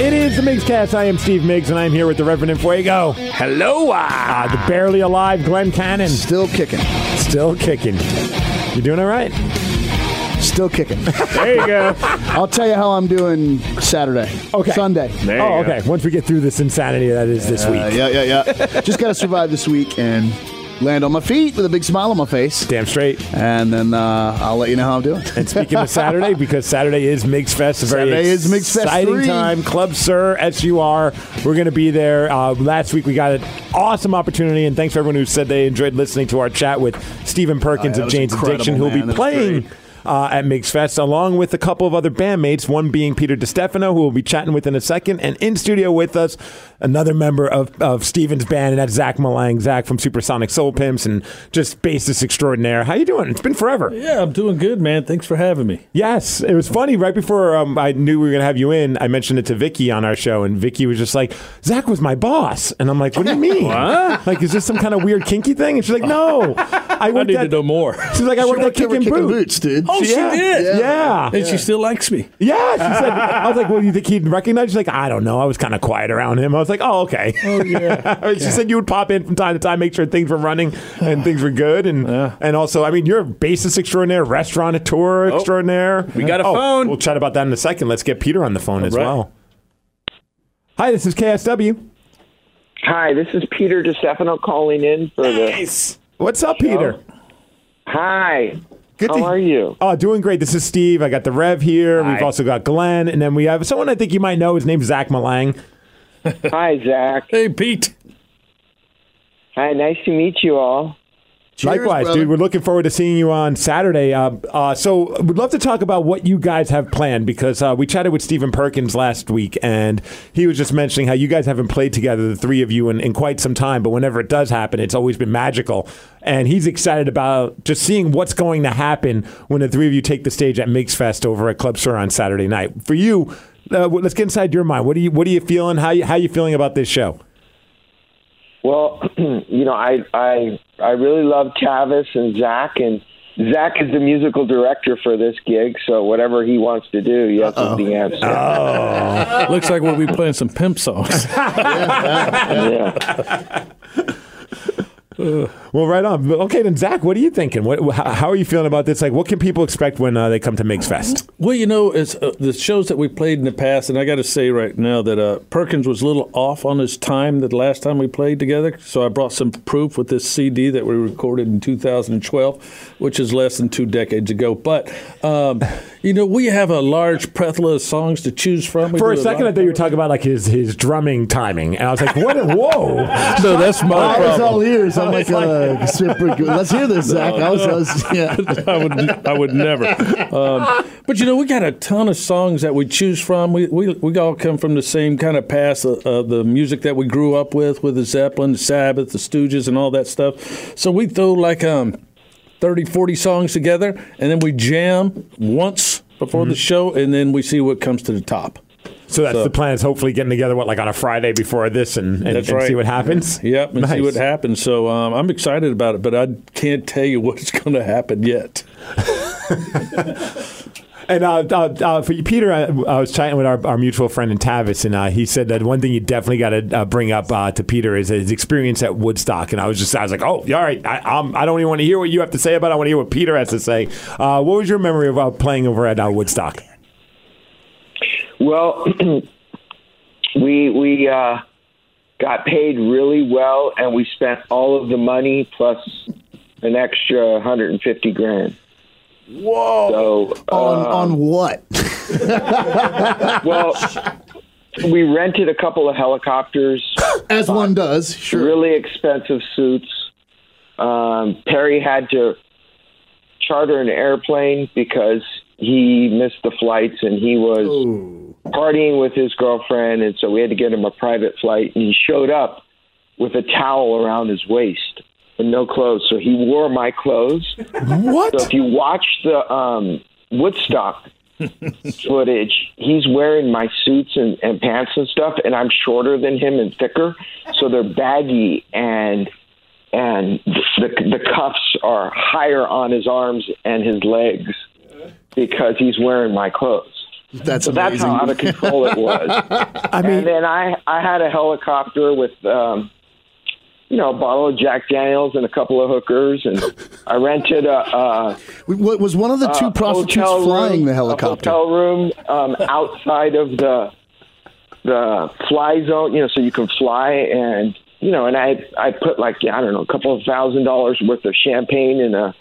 It is the Migs Cast. I am Steve Miggs, and I'm here with the Reverend Fuego. Hello, ah. Uh, the barely alive Glenn Cannon. Still kicking. Still kicking. You doing all right? Still kicking. There you go. I'll tell you how I'm doing Saturday. Okay. Sunday. oh, okay. Once we get through this insanity that is this Uh, week. yeah, yeah, yeah. Just got to survive this week and land on my feet with a big smile on my face. Damn straight. And then uh, I'll let you know how I'm doing. And speaking of Saturday, because Saturday is Migs Fest, a very Saturday is Migs Fest exciting 3. time. Club Sir, SUR, we're going to be there. Uh, last week we got an awesome opportunity, and thanks for everyone who said they enjoyed listening to our chat with Stephen Perkins Oh, yeah, that of was Jane's incredible, Addiction, who'll man. be That was playing. great. Uh, at Migs Fest, along with a couple of other bandmates, one being Peter DiStefano, who we'll be chatting with in a second, and in studio with us, another member of, of Steven's band, and that's Zach Malang, Zach from Supersonic Soul Pimps, and just bassist extraordinaire. How you doing? It's been forever. Yeah, I'm doing good, man. Thanks for having me. Yes, it was funny. Right before um, I knew we were going to have you in, I mentioned it to Vicky on our show, and Vicky was just like, "Zach was my boss," and I'm like, "What do you mean? Like, is this some kind of weird kinky thing?" And she's like, "No, I I worked need at to know more. She's like, "I worked at Worked over Kicking kicking Boot." boots, dude. Oh, she Yeah. did. Yeah. And she still likes me. Yeah, she said. I was like, "Well, you think he'd recognize?" She's like, "I don't know. I was kind of quiet around him." I was like, "Oh, okay." Oh yeah. she said you would pop in from time to time, make sure things were running and things were good, and and also, I mean, you're a bassist extraordinaire, restaurateur extraordinaire. Oh. we got a Oh, phone. We'll chat about that in a second. Let's get Peter on the phone as right. well. Hi, this is KSW. Hi, this is Peter DiStefano calling in for the. What's up, Peter? Hi, Good how to- are you? Oh, doing great. This is Steve. I got the Rev here. We've also got Glenn, and then we have someone I think you might know. His name's Zach Malang. Hi, Zach. Hey, Pete. Hi, nice to meet you all. Cheers, Likewise, brother. dude. We're looking forward to seeing you on Saturday. Uh, uh, so, we'd love to talk about what you guys have planned because uh, we chatted with Stephen Perkins last week, and he was just mentioning how you guys haven't played together, the three of you, in, in quite some time. But whenever it does happen, it's always been magical. And he's excited about just seeing what's going to happen when the three of you take the stage at Mix Fest over at Club Sur on Saturday night. For you, uh, let's get inside your mind. What are you What are you feeling? How you, How you feeling about this show? Well, you know, I I I really love Tavis and Zach, and Zach is the musical director for this gig, so whatever he wants to do, yes is the answer. Oh. Looks like we'll be playing some pimp songs. Yeah. Well, right on. Okay, then Zach, what are you thinking? What, how, how are you feeling about this? Like, what can people expect when uh, they come to Migs Fest? well, you know, it's uh, the shows that we played in the past, and I got to say right now that uh, Perkins was a little off on his time the last time we played together. So I brought some proof with this CD that we recorded in 2012, which is less than two decades ago. But um, you know, we have a large plethora of songs to choose from. We For a do second, lot I of thought you were talking about like his his drumming timing, and I was like, what? Whoa! No, that's my I was problem. all ears. I'm like, uh, super good. let's hear this, Zach. I was, I was yeah. I would I would never. Um, but you know, we got a ton of songs that we choose from. We we, we all come from the same kind of past of, of the music that we grew up with, with the Zeppelin, the Sabbath, the Stooges, and all that stuff. So we throw like um, 30, 40 songs together, and then we jam once before Mm-hmm. the show, and then we see what comes to the top. So that's So- the plan is hopefully getting together what like on a Friday before this, and That's and, and see right. what happens. Yep, and see Nice. what happens. So um, I'm excited about it, but I can't tell you what's going to happen yet. And uh, uh, uh, for you, Peter, I, I was chatting with our, our mutual friend in Tavis, and uh, he said that one thing you definitely got to uh, bring up uh, to Peter is his experience at Woodstock. And I was just, I was like, oh, all right, I, I'm, I don't even want to hear what you have to say about it. I want to hear what Peter has to say. Uh, what was your memory of uh, playing over at uh, Woodstock? Well, we we uh, got paid really well, and we spent all of the money plus an extra 150 grand. Oh, Whoa! So uh, on, on what? Well, we rented a couple of helicopters, As one does, sure. really expensive suits. Um, Perry had to charter an airplane because he missed the flights and he was Oh. partying with his girlfriend, and so we had to get him a private flight. And he showed up with a towel around his waist and no clothes, so he wore my clothes. So if What? you watch the um, Woodstock footage, he's wearing my suits and, and pants and stuff, and I'm shorter than him and thicker, so they're baggy and and the the cuffs are higher on his arms and his legs because he's wearing my clothes. That's So that's amazing. how out of control it was. I mean, And then I I had a helicopter with um, you know a bottle of Jack Daniels and a couple of hookers, and I rented a. a What was one of the two uh, prostitutes hotel room- flying the a helicopter? hotel room um, outside of the the fly zone, you know, so you can fly and you know, and I I put like I don't know a couple of thousand dollars worth of champagne in a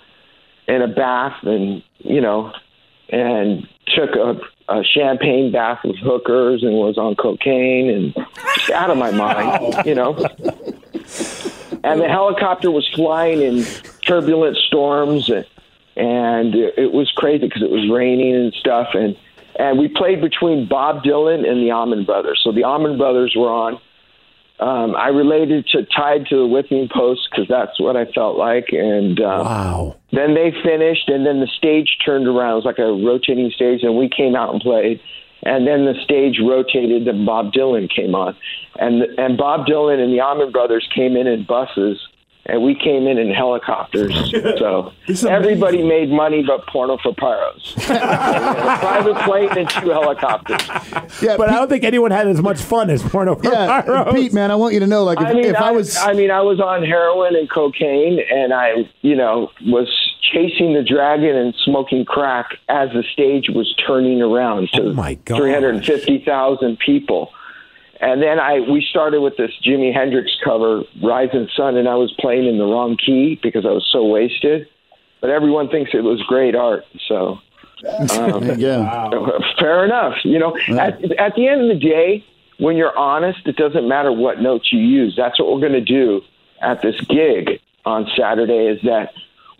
in a bath and you know and took a, a champagne bath with hookers and was on cocaine and just out of my mind, you know. And the helicopter was flying in turbulent storms and and it it was crazy because it was raining and stuff and and we played between Bob Dylan and the Almond Brothers. So the Almond Brothers were on. Um, I related to tied to the whipping post because that's what I felt like. And um, wow. then they finished, and then the stage turned around. It was like a rotating stage, and we came out and played. And then the stage rotated, and Bob Dylan came on, and and Bob Dylan and the Almond Brothers came in in buses, and we came in in helicopters. So This is everybody made money, but porno for pyros. We had a private plane and two helicopters. Yeah, But I Pete, don't think anyone had as much fun as Porno yeah, Pyros. Pete, man, I want you to know, like, if I I, mean, if I, I, was, I mean, I was on heroin and cocaine, and I, you know, was chasing the dragon and smoking crack as the stage was turning around to Oh, my gosh. 350,000 people. And then I we started with this Jimi Hendrix cover, Rise and Sun, and I was playing in the wrong key because I was so wasted. But everyone thinks it was great art, so Uh, yeah, Fair enough. You know, at, at the end of the day, when you're honest, it doesn't matter what notes you use. That's what we're going to do at this gig on Saturday. Is that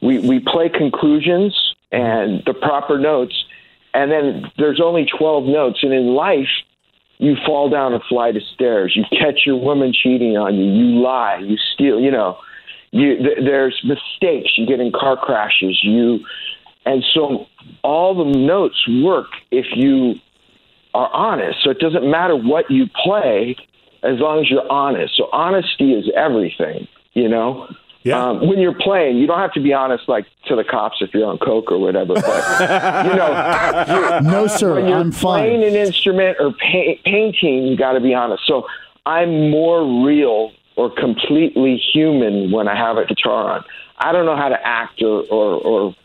we we play conclusions and the proper notes, and then there's only twelve notes. And in life, you fall down a flight of stairs. You catch your woman cheating on you. You lie. You steal. You know, you th- there's mistakes. You get in car crashes. You and so all the notes work if you are honest. So it doesn't matter what you play as long as you're honest. So honesty is everything, you know? Yeah. Um, when you're playing, you don't have to be honest like to the cops if you're on coke or whatever. But you know, no, sir, when you're I'm playing fine. an instrument or pa- painting, you got to be honest. So I'm more real or completely human when I have a guitar on. I don't know how to act or or or,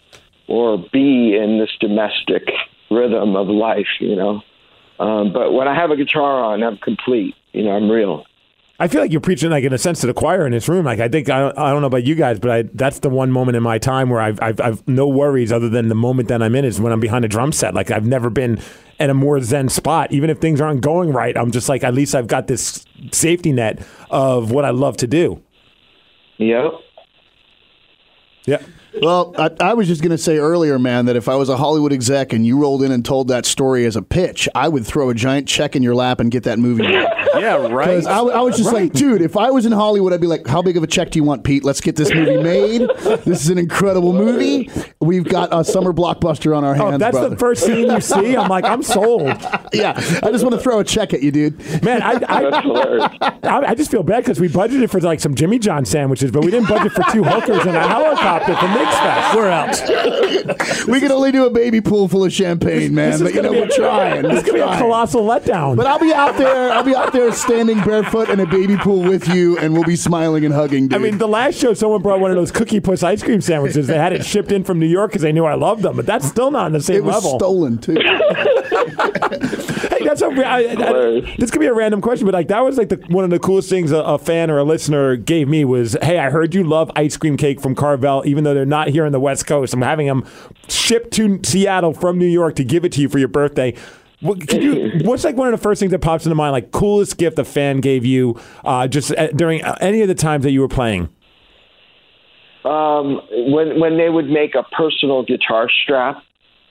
or be in this domestic rhythm of life, you know. Um, but when I have a guitar on, I'm complete. You know, I'm real. I feel like you're preaching, like in a sense, to the choir in this room. Like I think I don't, I don't know about you guys, but I, that's the one moment in my time where I've, I've I've no worries other than the moment that I'm in is when I'm behind a drum set. Like I've never been in a more zen spot. Even if things aren't going right, I'm just like at least I've got this safety net of what I love to do. Yep. Yeah. Well, I, I was just going to say earlier, man, that if I was a Hollywood exec and you rolled in and told that story as a pitch, I would throw a giant check in your lap and get that movie. made. Yeah, right. Because I, I was just like, dude, if I was in Hollywood, I'd be like, how big of a check do you want, Pete? Let's get this movie made. this is an incredible movie. We've got a summer blockbuster on our hands. Oh, that's brother. the first scene you see. I'm like, I'm sold, Yeah, I just want to throw a check at you, dude. man. I I, That's hilarious. I, I just feel bad because we budgeted for like some Jimmy John sandwiches, but we didn't budget for two hookers and a helicopter for Mix Fest. We're out. We can only do a baby pool full of champagne, man. This is But you gonna know, be a- we're trying. This could be a colossal letdown. But I'll be out there. I'll be out there standing barefoot in a baby pool with you, and we'll be smiling and hugging, dude. I mean, the last show, someone brought one of those cookie puss ice cream sandwiches. They had it shipped in from New York because they knew I loved them, but that's still not on the same it was level. stolen too. hey, that's a, I, I, Hilarious. this could be a random question, but like that was like the, one of the coolest things a, a fan or a listener gave me was, "Hey, I heard you love ice cream cake from Carvel, even though they're not here on the West Coast. I'm having them shipped to Seattle from New York to give it to you for your birthday." What, can you, what's like one of the first things that pops into mind? Like coolest gift a fan gave you, uh, just uh, during uh, any of the times that you were playing. Um, when when they would make a personal guitar strap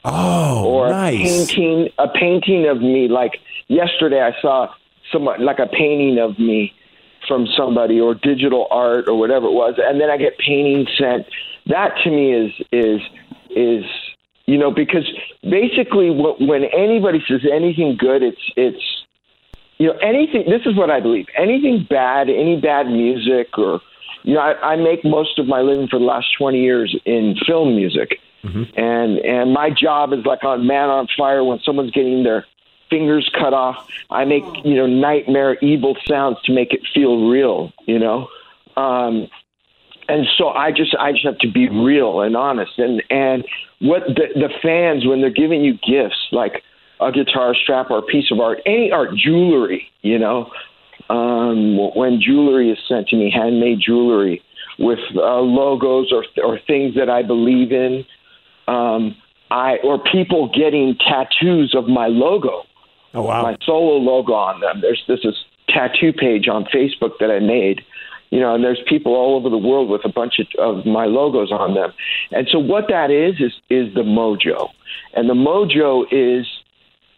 Oh, or nice. a painting a painting of me like yesterday i saw someone like a painting of me from somebody or digital art or whatever it was and then i get painting sent that to me is is is you know because basically what, when anybody says anything good it's it's you know anything this is what i believe anything bad any bad music or you know i, I make most of my living for the last 20 years in film music and and my job is like on man on fire when someone's getting their fingers cut off i make you know nightmare evil sounds to make it feel real you know um and so I just I just have to be real and honest and and what the the fans when they're giving you gifts like a guitar strap or a piece of art any art jewelry you know um, when jewelry is sent to me handmade jewelry with uh, logos or or things that I believe in um, I or people getting tattoos of my logo oh wow. my solo logo on them. There's this is tattoo page on Facebook that I made, you know, and there's people all over the world with a bunch of, of my logos on them. And so what that is is is the mojo, and the mojo is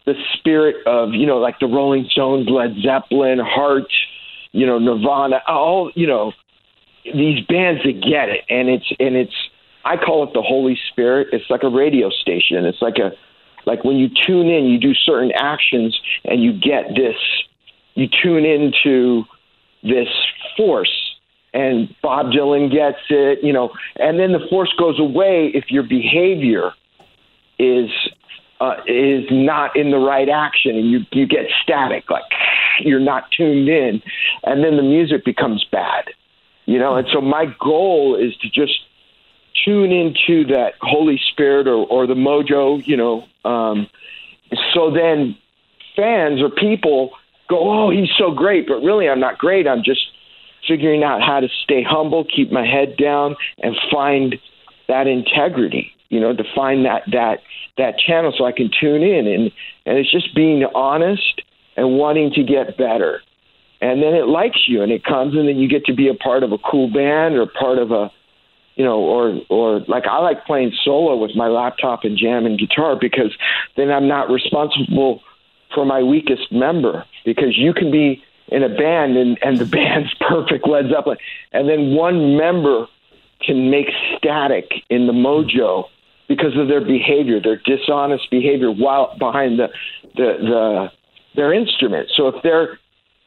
the spirit of you know like the Rolling Stones, Led Zeppelin, Heart, you know, Nirvana, all you know these bands that get it and it's and it's I call it the Holy Spirit. It's like a radio station. It's like a like when you tune in, you do certain actions and you get this you tune into this force and Bob Dylan gets it, you know, and then the force goes away if your behavior is uh, is not in the right action, and you you get static, like you're not tuned in, and then the music becomes bad, you know. And so my goal is to just tune into that Holy Spirit or or the mojo, you know. Um, so then fans or people go, oh, he's so great, but really I'm not great. I'm just figuring out how to stay humble, keep my head down, and find that integrity. You know, to find that that that channel so I can tune in, and and it's just being honest and wanting to get better, and then it likes you, and it comes, and then you get to be a part of a cool band or part of a you know, or or like I like playing solo with my laptop and jamming guitar because then I'm not responsible for my weakest member because you can be in a band and and the band's perfect Led Zeppelin and then one member can make static in the mojo because of their behavior, their dishonest behavior while behind the the, the their instrument. So if they're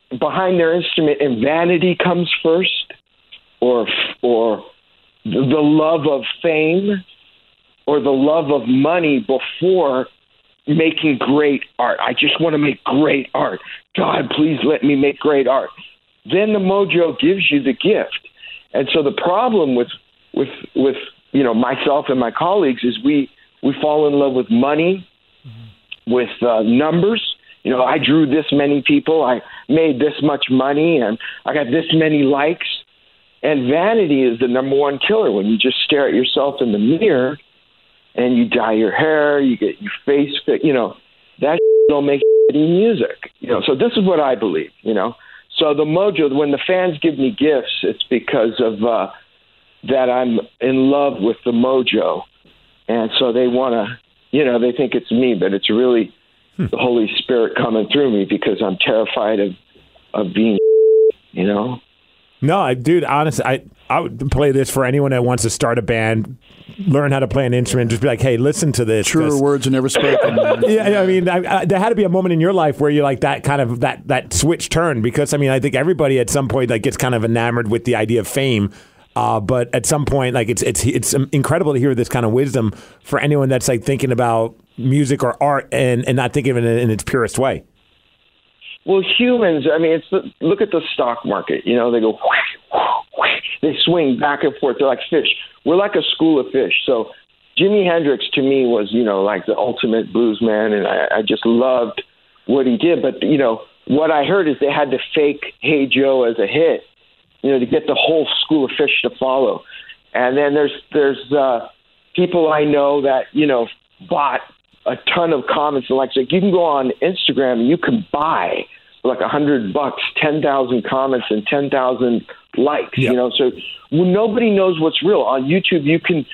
behind their instrument and vanity comes first or or the love of fame or the love of money before making great art. I just want to make great art. God, please let me make great art. Then the mojo gives you the gift. And so the problem with with with you know myself and my colleagues is we we fall in love with money, with uh, numbers. You know, I drew this many people, I made this much money, and I got this many likes. And vanity is the number one killer. When you just stare at yourself in the mirror, and you dye your hair, you get your face fit, you know, that don't make shitty music. You know, so this is what I believe. You know, so the mojo when the fans give me gifts, it's because of uh, that I'm in love with the mojo, and so they want to, you know, they think it's me, but it's really the Holy Spirit coming through me because I'm terrified of of being, you know. No, I, dude, honestly, I I would play this for anyone that wants to start a band, learn how to play an instrument. Just be like, hey, listen to this. Truer 'cause- words are never spoken. man. Yeah, yeah, I mean, I, I, there had to be a moment in your life where you like that kind of that that switch turn because I mean, I think everybody at some point like gets kind of enamored with the idea of fame. Uh, but at some point, like it's it's it's incredible to hear this kind of wisdom for anyone that's like thinking about music or art and, and not thinking of it in, in its purest way. Well, humans, I mean, it's the, look at the stock market. You know, they go, they swing back and forth. They're like fish. We're like a school of fish. So Jimi Hendrix to me was, you know, like the ultimate blues man, and I, I just loved what he did. But, you know, what I heard is they had to fake Hey Joe as a hit, you know, to get the whole school of fish to follow. And then there's, there's, uh, people I know that, you know, bought a ton of comments and likes. Like you can go on Instagram and you can buy for like a hundred bucks, ten thousand comments and ten thousand likes. Yeah. You know, so well, nobody knows what's real on YouTube. You can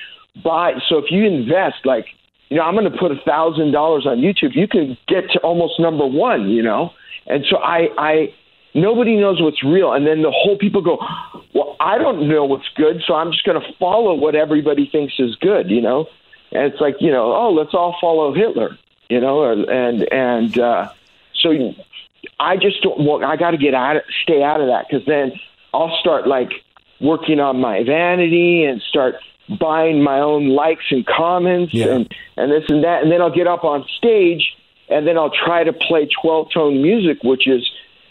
buy. So if you invest, like you know, I'm going to put a thousand dollars on YouTube. You can get to almost number one. You know, and so I, I nobody knows what's real and then the whole people go well i don't know what's good so i'm just going to follow what everybody thinks is good you know and it's like you know oh let's all follow hitler you know or- and and uh so you- i just don't well i got to get out of stay out of that because then i'll start like working on my vanity and start buying my own likes and comments Yeah. and and this and that and then i'll get up on stage and then i'll try to play 12 tone music which is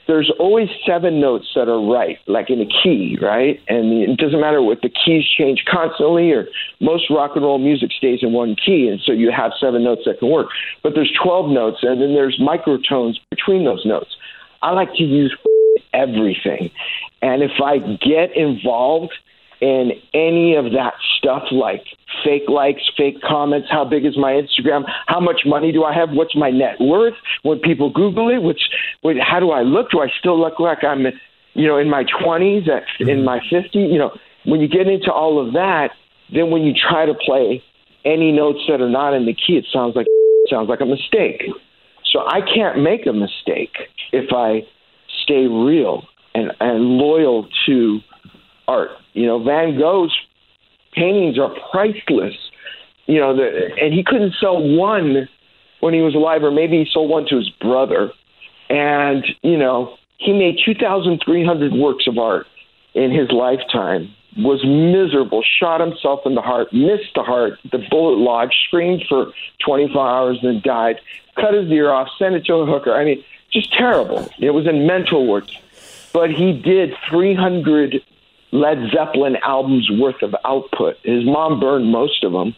there's always seven notes that are right, like in a key, right? And it doesn't matter what the keys change constantly, or most rock and roll music stays in one key, and so you have seven notes that can work. But there's 12 notes, and then there's microtones between those notes. I like to use everything. And if I get involved in any of that stuff, like fake likes, fake comments, how big is my Instagram, how much money do I have, what's my net worth, when people Google it, what's, what, how do I look? Do I still look like I'm, you know, in my 20s, at, in my 50s? You know, when you get into all of that, then when you try to play any notes that are not in the key, it sounds like sounds like a mistake. So I can't make a mistake if I stay real and, and loyal to art. You know, Van Gogh's paintings are priceless. You know, the, and he couldn't sell one when he was alive, or maybe he sold one to his brother. And you know, he made two thousand three hundred works of art in his lifetime. Was miserable, shot himself in the heart, missed the heart, the bullet lodged, screamed for 24 hours, then died. Cut his ear off, sent it to a hooker. I mean, just terrible. It was in mental works but he did 300 Led Zeppelin albums worth of output. His mom burned most of them,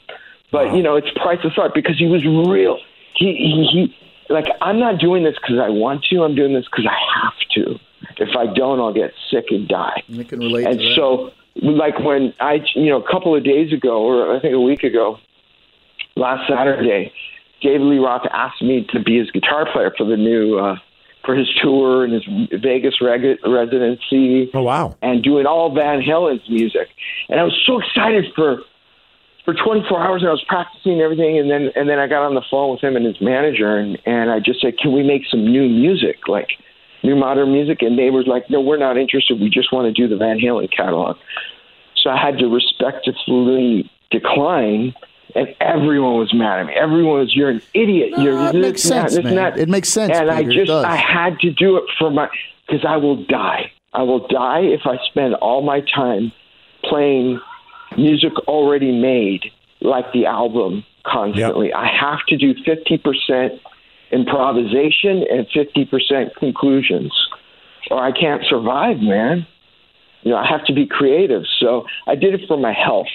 but you know it's priceless art because he was real. He he, he like I'm not doing this because I want to. I'm doing this because I have to. If I don't, I'll get sick and die. I can relate And to that. so, like when I, you know, a couple of days ago, or I think a week ago, last Saturday, David Lee Roth asked me to be his guitar player for the new, uh, for his tour and his Vegas reg- residency Oh wow. and doing all Van Halen's music. And I was so excited for for 24 hours, and I was practicing and everything. And then and then I got on the phone with him and his manager, and and I just said, "Can we make some new music, like new modern music?" And they were like, "No, we're not interested. We just want to do the Van Halen catalog." So I had to respectfully decline. And everyone was mad at me. Everyone was, "You're an idiot. You're No, it this, makes and that, sense, this, and man. that." It makes sense, And I Peter. It just, does. I had to do it for my because I will die. I will die if I spend all my time playing music already made, like the album, constantly. I have to do fifty percent improvisation and fifty percent conclusions, or I can't survive, man. You know, I have to be creative. So I did it for my health.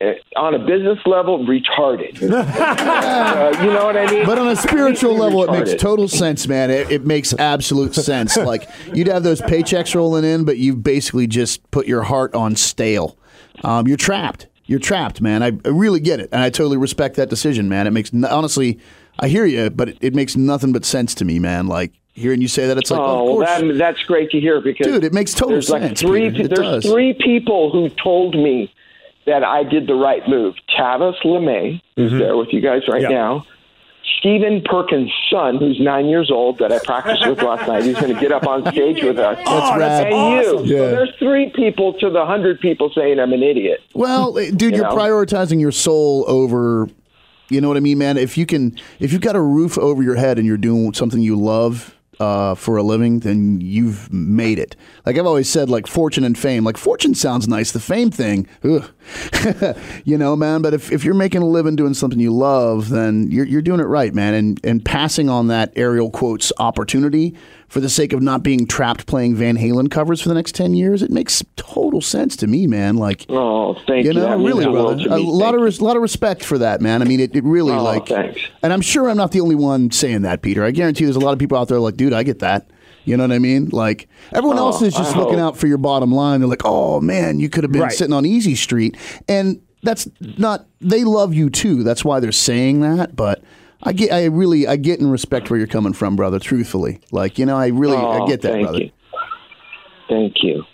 Eh, On a business level, retarded. Uh, you know what I mean? But on a spiritual Completely level, it makes retarded. total sense, man. It, it makes absolute sense. Like you'd have those paychecks rolling in, but you've basically just put your heart on stale. Um, you're trapped. You're trapped, man. I, I really get it, and I totally respect that decision, man. It makes n- honestly, I hear you, but it, it makes nothing but sense to me, man. Like hearing you say that, it's like, oh, Oh, of well, course. that, that's great to hear because Dude, it makes total there's like sense, Three, Peter. It there's does. three people who told me that I did the right move. Tavis LeMay, who's there with you guys right Yeah. now. Stephen Perkins' son, who's nine years old, that I practiced with last night, he's going to get up on stage with us. That's rad. and you. Yeah. So there's three people to the hundred people saying I'm an idiot. Well, eh, dude, You you're know? prioritizing your soul over, you know what I mean, man. If you can, if you've got a roof over your head and you're doing something you love uh, for a living, then you've made it. Like I've always said, like fortune and fame. Like fortune sounds nice. The fame thing, ugh. you know, man. But if, if you're making a living doing something you love, then you're, you're doing it right, man. And and passing on that aerial quotes opportunity for the sake of not being trapped playing Van Halen covers for the next ten years, it makes total sense to me, man. Like Oh, thank you. you know, That means really, the world brother. to A me. lot Thank of you. res- lot of respect for that, man. I mean, it, it really Oh, like. thanks. And I'm sure I'm not the only one saying that, Peter. I guarantee there's a lot of people out there like, dude, I get that. You know what I mean? Like everyone else is just Oh, I looking hope. out for your bottom line. They're like, oh man, you could have been Right. sitting on Easy Street, and that's not. They love you too. That's why they're saying that, but. I get, I really, I get and respect where you're coming from, brother. Truthfully, like you know, I really, I Oh, get that, thank brother. You. Thank you.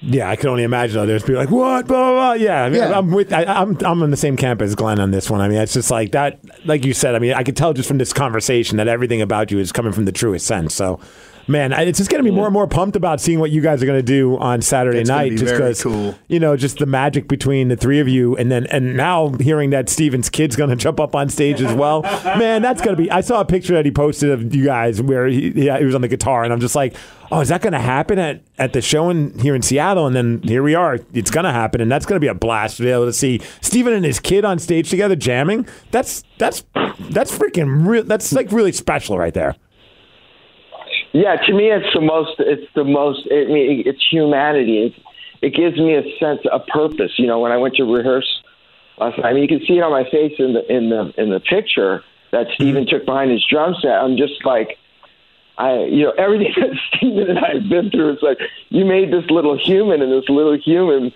Yeah, I can only imagine others be like, "What?" Blah blah. blah. Yeah, I mean, Yeah. I'm with. I, I'm I'm on the same camp as Glenn on this one. I mean, it's just like that. Like you said, I mean, I could tell just from this conversation that everything about you is coming from the truest sense. So, man, I, it's just gonna be more and more pumped about seeing what you guys are gonna do on Saturday It's gonna night. be just very because, cool. you know, just the magic between the three of you, and then and now hearing that Steven's kid's gonna jump up on stage as well. Man, that's gonna be. I saw a picture that he posted of you guys where he yeah, he was on the guitar, and I'm just like, oh, is that gonna happen at at the show in here in Seattle? And then here we are. It's gonna happen, and that's gonna be a blast to be able to see Steven and his kid on stage together jamming. That's that's that's freaking real. That's like really special right there. Yeah, to me, it's the most. It's the most. I mean, it's humanity. It, it gives me a sense, a purpose. You know, when I went to rehearse last night, I mean, you can see it on my face in the in the in the picture that Steven took behind his drum set. I'm just like, I, you know, everything that Steven and I have been through. It's like you made this little human, and this little human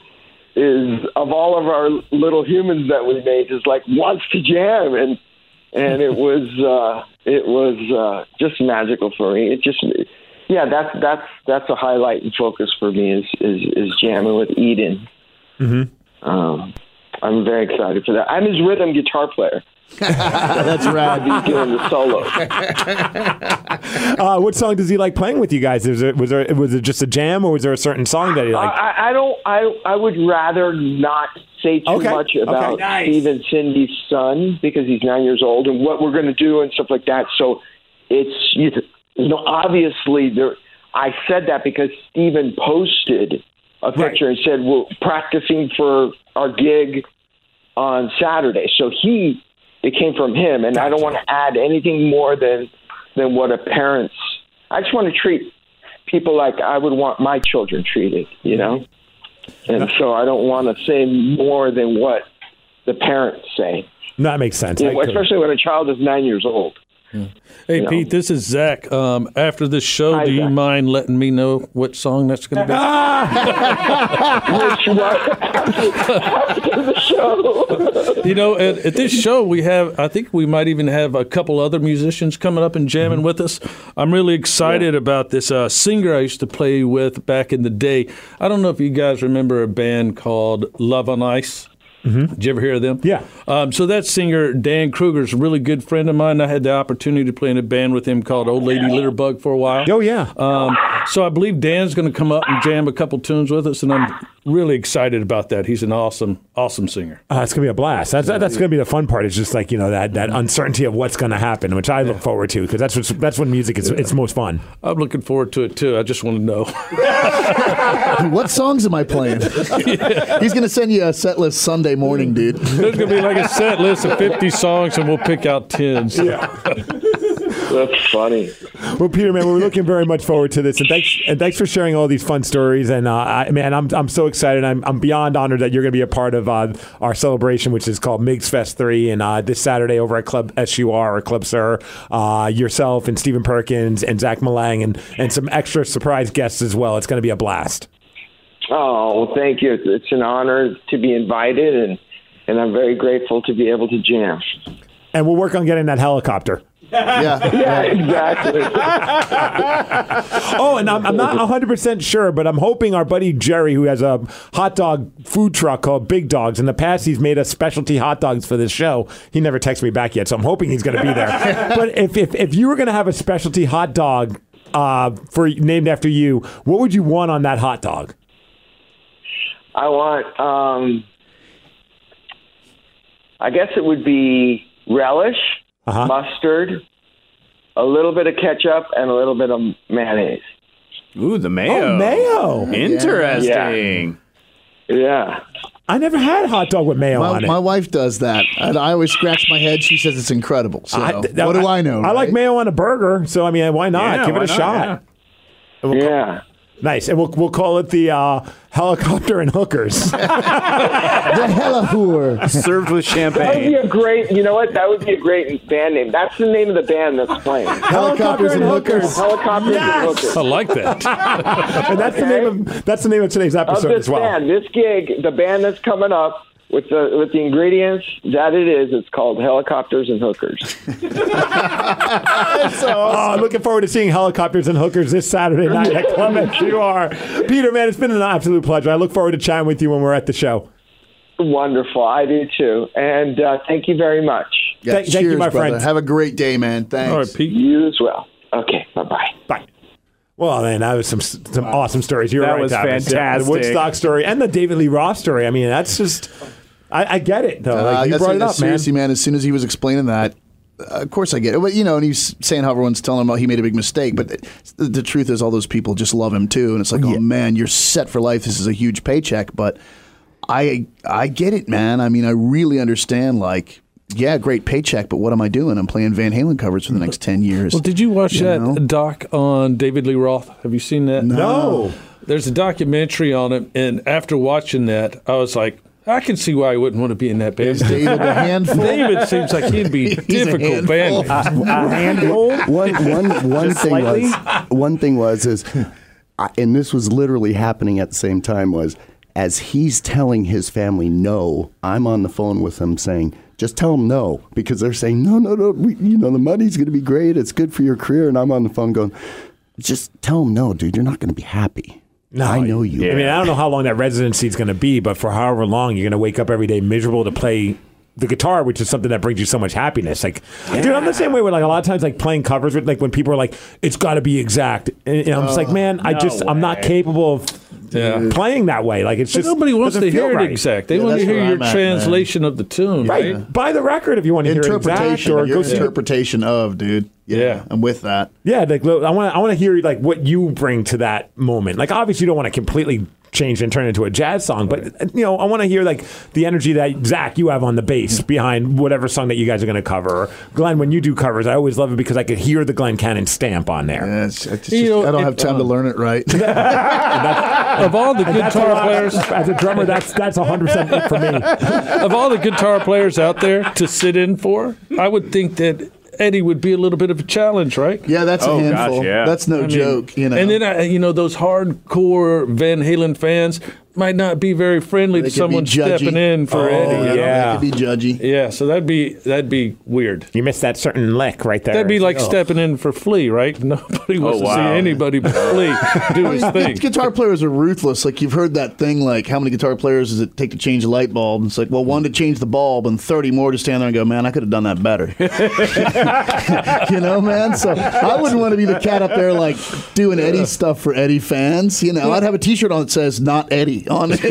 is of all of our little humans that we made is like wants to jam and and it was uh, it was uh, just magical for me. It just yeah, that's that's that's a highlight and focus for me is is, is jamming with Eden. Mm-hmm. Um, I'm very excited for that. I'm his rhythm guitar player. That's right. He's doing the solo. Uh, what song does he like playing with you guys? Is it, was there was it just a jam, or was there a certain song that he Uh, liked? I, I- I don't. I I would rather not say too Okay. much Okay. about Nice. Steve and Cindy's son because he's nine years old and what we're going to do and stuff like that. So it's you, you know obviously there. I said that because Steven posted a picture and said we're practicing for our gig on Saturday. So he it came from him, and I don't want to add anything more than than what a parent's. I just want to treat people like I would want my children treated, you know. And so I don't want to say more than what the parents say, No, that makes sense. You I know, could've- especially when a child is nine years old. Hey, know. Pete, this is Zach. Um, after this show, Hi, do you Zach. mind letting me know what song that's going to be? Which was after the show. You know, at, at this show, we have, I think we might even have a couple other musicians coming up and jamming Mm-hmm. with us. I'm really excited about this uh, singer I used to play with back in the day. I don't know if you guys remember a band called Love on Ice. Did you ever hear of them? Mm-hmm. Yeah. Um, so that singer Dan Kruger's a really good friend of mine. I had the opportunity to play in a band with him called Old Lady Litterbug for a while. Oh yeah. Um, so I believe Dan's going to come up and jam a couple tunes with us, and I'm really excited about that. He's an awesome, awesome singer. Uh, it's gonna be a blast. That's that's gonna be the fun part. It's just like you know that that uncertainty of what's gonna happen, which I look forward to because that's what's, that's when music is it's most fun. I'm looking forward to it too. I just want to know. what songs am I playing? He's gonna send you a set list Sunday morning, dude. There's going to be like a set list of 50 songs, and we'll pick out 10. So That's funny. Well, Peter, man, we're looking very much forward to this, and thanks and thanks for sharing all these fun stories. And uh, I, man, I'm I'm so excited. I'm I'm beyond honored that you're gonna be a part of uh, our celebration, which is called Migs Fest Three, and uh, this Saturday over at Club SUR or Club Sir, uh, yourself and Stephen Perkins and Zach Malang and and some extra surprise guests as well. It's gonna be a blast. Oh, well, thank you. It's, it's an honor to be invited, and and I'm very grateful to be able to jam. And we'll work on getting that helicopter. Yeah. Yeah, exactly. Oh, and I'm, I'm not 100% sure, but I'm hoping our buddy Jerry, who has a hot dog food truck called Big Dogs, in the past he's made us specialty hot dogs for this show. He never texted me back yet, so I'm hoping he's going to be there. but if, if, if you were going to have a specialty hot dog uh, for named after you, what would you want on that hot dog? I want. Um, I guess it would be relish, Uh-huh. mustard, a little bit of ketchup, and a little bit of mayonnaise. Ooh, the mayo. Oh, mayo. Interesting. Yeah, I never had a hot dog with mayo My, on it. my wife does that, and I always scratch my head. She says it's incredible. So I- th- what do I know? I like right? mayo on a burger, so I mean, why not? Yeah, Give it why a not? shot. Yeah. yeah. Nice, and we'll we'll call it the uh, helicopter and hookers. the hella whore. Served with That would be champagne. a great. You know what? That would be a great band name. That's the name of the band that's playing. Helicopters and hookers. Helicopters and hookers. I like that. and that's the name of that's the name of today's Of episode this as well. band, this gig, the band that's coming up with the with the ingredients that it is. It's called helicopters and hookers. Oh, looking forward to seeing helicopters and hookers this Saturday night at Clement QR. Peter, man, it's been an absolute pleasure. I look forward to chatting with you when we're at the show. Wonderful, I do too. And uh, thank you very much. Yeah, Thank- cheers, thank you, my brother. friend. Have a great day, man. Thanks. All right, Pete. You as well. Okay, bye bye. Bye. Well, man, that was some some awesome stories. You're That right, was Thomas. Yeah, fantastic. the Woodstock story and the David Lee Roth story. I mean, that's just. I, I get it though. Uh, Like, you that's- brought it that's up, man. seriously, man. As soon as he was explaining that, uh, of course I get it. But you know, and he's saying how everyone's telling him oh, he made a big mistake. But th- the, truth is, all those people just love him too. And it's like, oh man, you're set for life. This is a huge paycheck. But I, I get it, man. I mean, I really understand. Like, yeah, great paycheck, but what am I doing? I'm playing Van Halen covers for the next ten years. Well, did you watch You that know? doc on David Lee Roth? Have you seen that? No. There's a documentary on him, and after watching that, I was like, I can see why he wouldn't want to be in that Is band. David a handful? David seems like he'd be He's a difficult handful. band. a handful. one one one Just thing slightly? was one thing was is I, and this was literally happening at the same time was as he's telling his family no i'm on the phone with him saying just tell him no because they're saying no no no we, you know the money's going to be great it's good for your career and i'm on the phone going just tell him no dude you're not going to be happy No, i know you I are." mean, I don't know how long that residency is going to be, but for however long, you're going to wake up every day miserable to play the guitar, which is something that brings you so much happiness. Like, dude, I'm the same way. Where like a lot of times, like playing covers with like when people are like, "It's got to be exact," and, and I'm just like, man, I just I'm not capable of Yeah. playing that way. Like, it's But just nobody wants doesn't to feel hear right. it exact. They Yeah, want to that's hear where your I'm at, translation of the tune, Right, right? buy the record if you want to hear it exact, Interpretation. or go your see it. interpretation of dude. Yeah. I'm with that. Yeah, like lo- I want I want to hear like what you bring to that moment. Like obviously you don't want to completely change and turn it into a jazz song, but uh, you know I want to hear like the energy that Zach you have on the bass behind whatever song that you guys are going to cover. Or Glenn, when you do covers, I always love it because I could hear the Glenn Cannon stamp on there. Yeah, it's, it's just, You know, I don't if- have time to learn it right. Of all the That's a guitar lot- players, as a drummer, that's that's hundred percent it for me. of all the guitar players out there to sit in for, I would think that Eddie would be a little bit of a challenge, right? Yeah, that's Oh, a gosh, handful. yeah. That's no joke. You know, And then I, you know those hardcore Van Halen fans might not be very friendly They to could be someone judgy. stepping in for Oh, Eddie. yeah, yeah. they could be judgy. Yeah, so that'd be that'd be weird. You missed that certain lick right there. That'd be like Oh. stepping in for Flea, right? Nobody wants Oh, to see wow. anybody but Flea do his Gu- thing. Guitar players are ruthless. Like you've heard that thing, like how many guitar players does it take to change a light bulb? It's like, well, one to change the bulb, and thirty more to stand there and go, man, I could have done that better. you know, man. So I wouldn't want to be the cat up there like doing Eddie stuff for Eddie fans. You know, I'd have a T-shirt on that says "Not Eddie" on it. I'm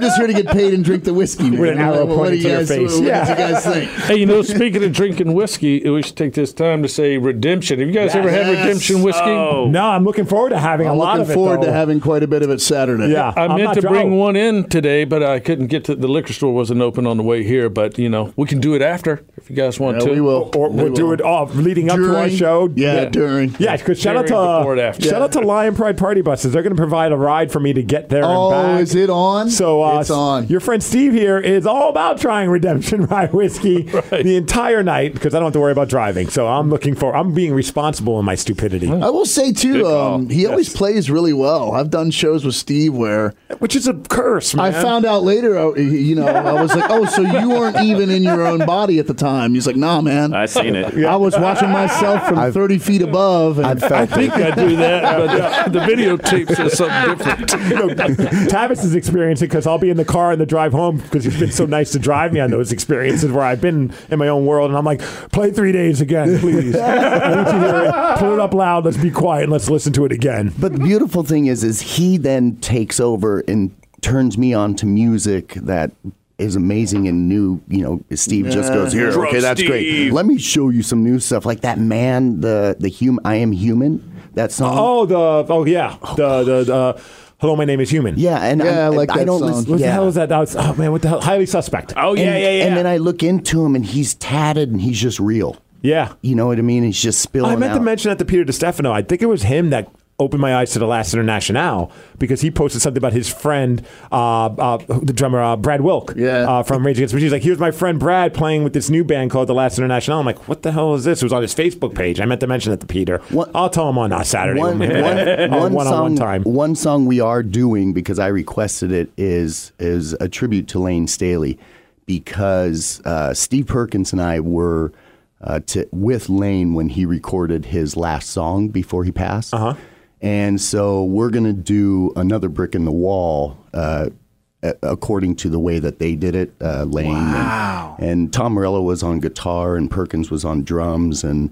just here to get paid and drink the whiskey. man. With an arrow What do pointing you to your guys- face. What, Yeah. what do you guys think? Hey, you know, speaking of drinking whiskey, we should take this time to say redemption. Have you guys ever had Yes. redemption whiskey? no, I'm looking forward to having I'm a lot looking of it. forward though. to having quite a bit of it Saturday. Yeah, I I'm meant not to dr- bring oh. one in today, but I couldn't get to the liquor store wasn't open on the way here. But you know, we can do it after if you guys want Yeah, to. we will. or we'll do it all leading up to our During- show. Yeah, Yeah. during. Yeah, because shout out During, to before, and after. shout Yeah. out to Lion Pride Party Buses. They're going to provide a ride for me to get there. Oh, and back. is it on? So uh, it's on. Your friend Steve here is all about trying Redemption Rye whiskey the entire night because I don't have to worry about driving. So I'm looking for. I'm being responsible in my stupidity, I will say too, call. um, he always plays really well. I've done shows with Steve where which is a curse, man. I found out later, uh, you know, I was like, oh, so you weren't even in your own body at the time. He's like, nah, man. I seen it. I was watching myself from 30 feet above. And i've felt I think I do that, but uh, the, the videotape says something different. No, Tavis is experiencing because I'll be in the car on the drive home because he's been so nice to drive me on those experiences where I've been in my own world and I'm like, play three days again, please. I need to hear it. Pull it up loud. Let's be quiet and let's listen to it again. But the beautiful thing is, is he then takes over and turns me on to music that is amazing and new. You know, Steve just goes here. Bro, okay, that's great. Steve." Let me show you some new stuff like that. Man, the the hum, I am human. That song. Oh, the oh yeah, the the, the uh, hello, my name is Human. yeah, and Yeah, I I'm- like I that don't song. listen. What yeah. the hell is that? that was, oh man, what the hell? Highly suspect. Oh yeah, and, yeah, yeah. And then I look into him, and he's tatted, and he's just real. yeah. You know what I mean? He's just spilling. I meant out. to mention that to Peter DeStefano. I think it was him that opened my eyes to the last international because he posted something about his friend, uh, uh, the drummer uh, Brad Wilk, Yeah. uh, from Rage Against the Machine. He's like, "Here's my friend Brad playing with this new band called the Last International." I'm like, "What the hell is this?" It was on his Facebook page. I meant to mention it to Peter. What- I'll tell him on uh, Saturday. one, when we- one, on one one-on-one song, time. one song we are doing because I requested it is is a tribute to Lane Staley because uh, Steve Perkins and I were uh, to, with Lane when he recorded his last song before he passed, uh-huh. and so we're gonna do another brick in the wall. Uh, a- According to the way that they did it, uh, Lane and, and Tom Morello was on guitar and Perkins was on drums and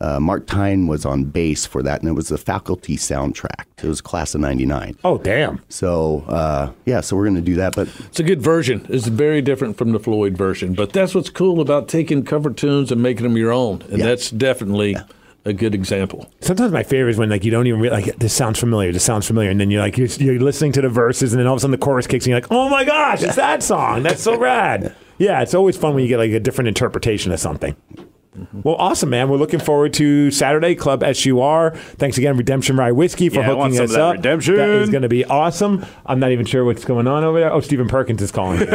uh, Mark Tyne was on bass for that, and it was the faculty soundtrack. It was class of '99. Oh damn! So uh, yeah, so we're gonna do that. But It's a good version. It's very different from the Floyd version, but that's what's cool about taking cover tunes and making them your own, and that's definitely a good example. Sometimes my favorite is when like you don't even realize like this sounds familiar, this sounds familiar, and then you're like you're, you're listening to the verses, and then all of a sudden the chorus kicks, and you're like, oh my gosh, it's that song. That's so rad. Yeah, it's always fun when you get like a different interpretation of something. Well, awesome, man. We're looking forward to Saturday Club SUR. Thanks again, Redemption Rye Whiskey, for Yeah, I want hooking some of us that up. Redemption. That is going to be awesome. I'm not even sure what's going on over there. Oh, Stephen Perkins is calling. Just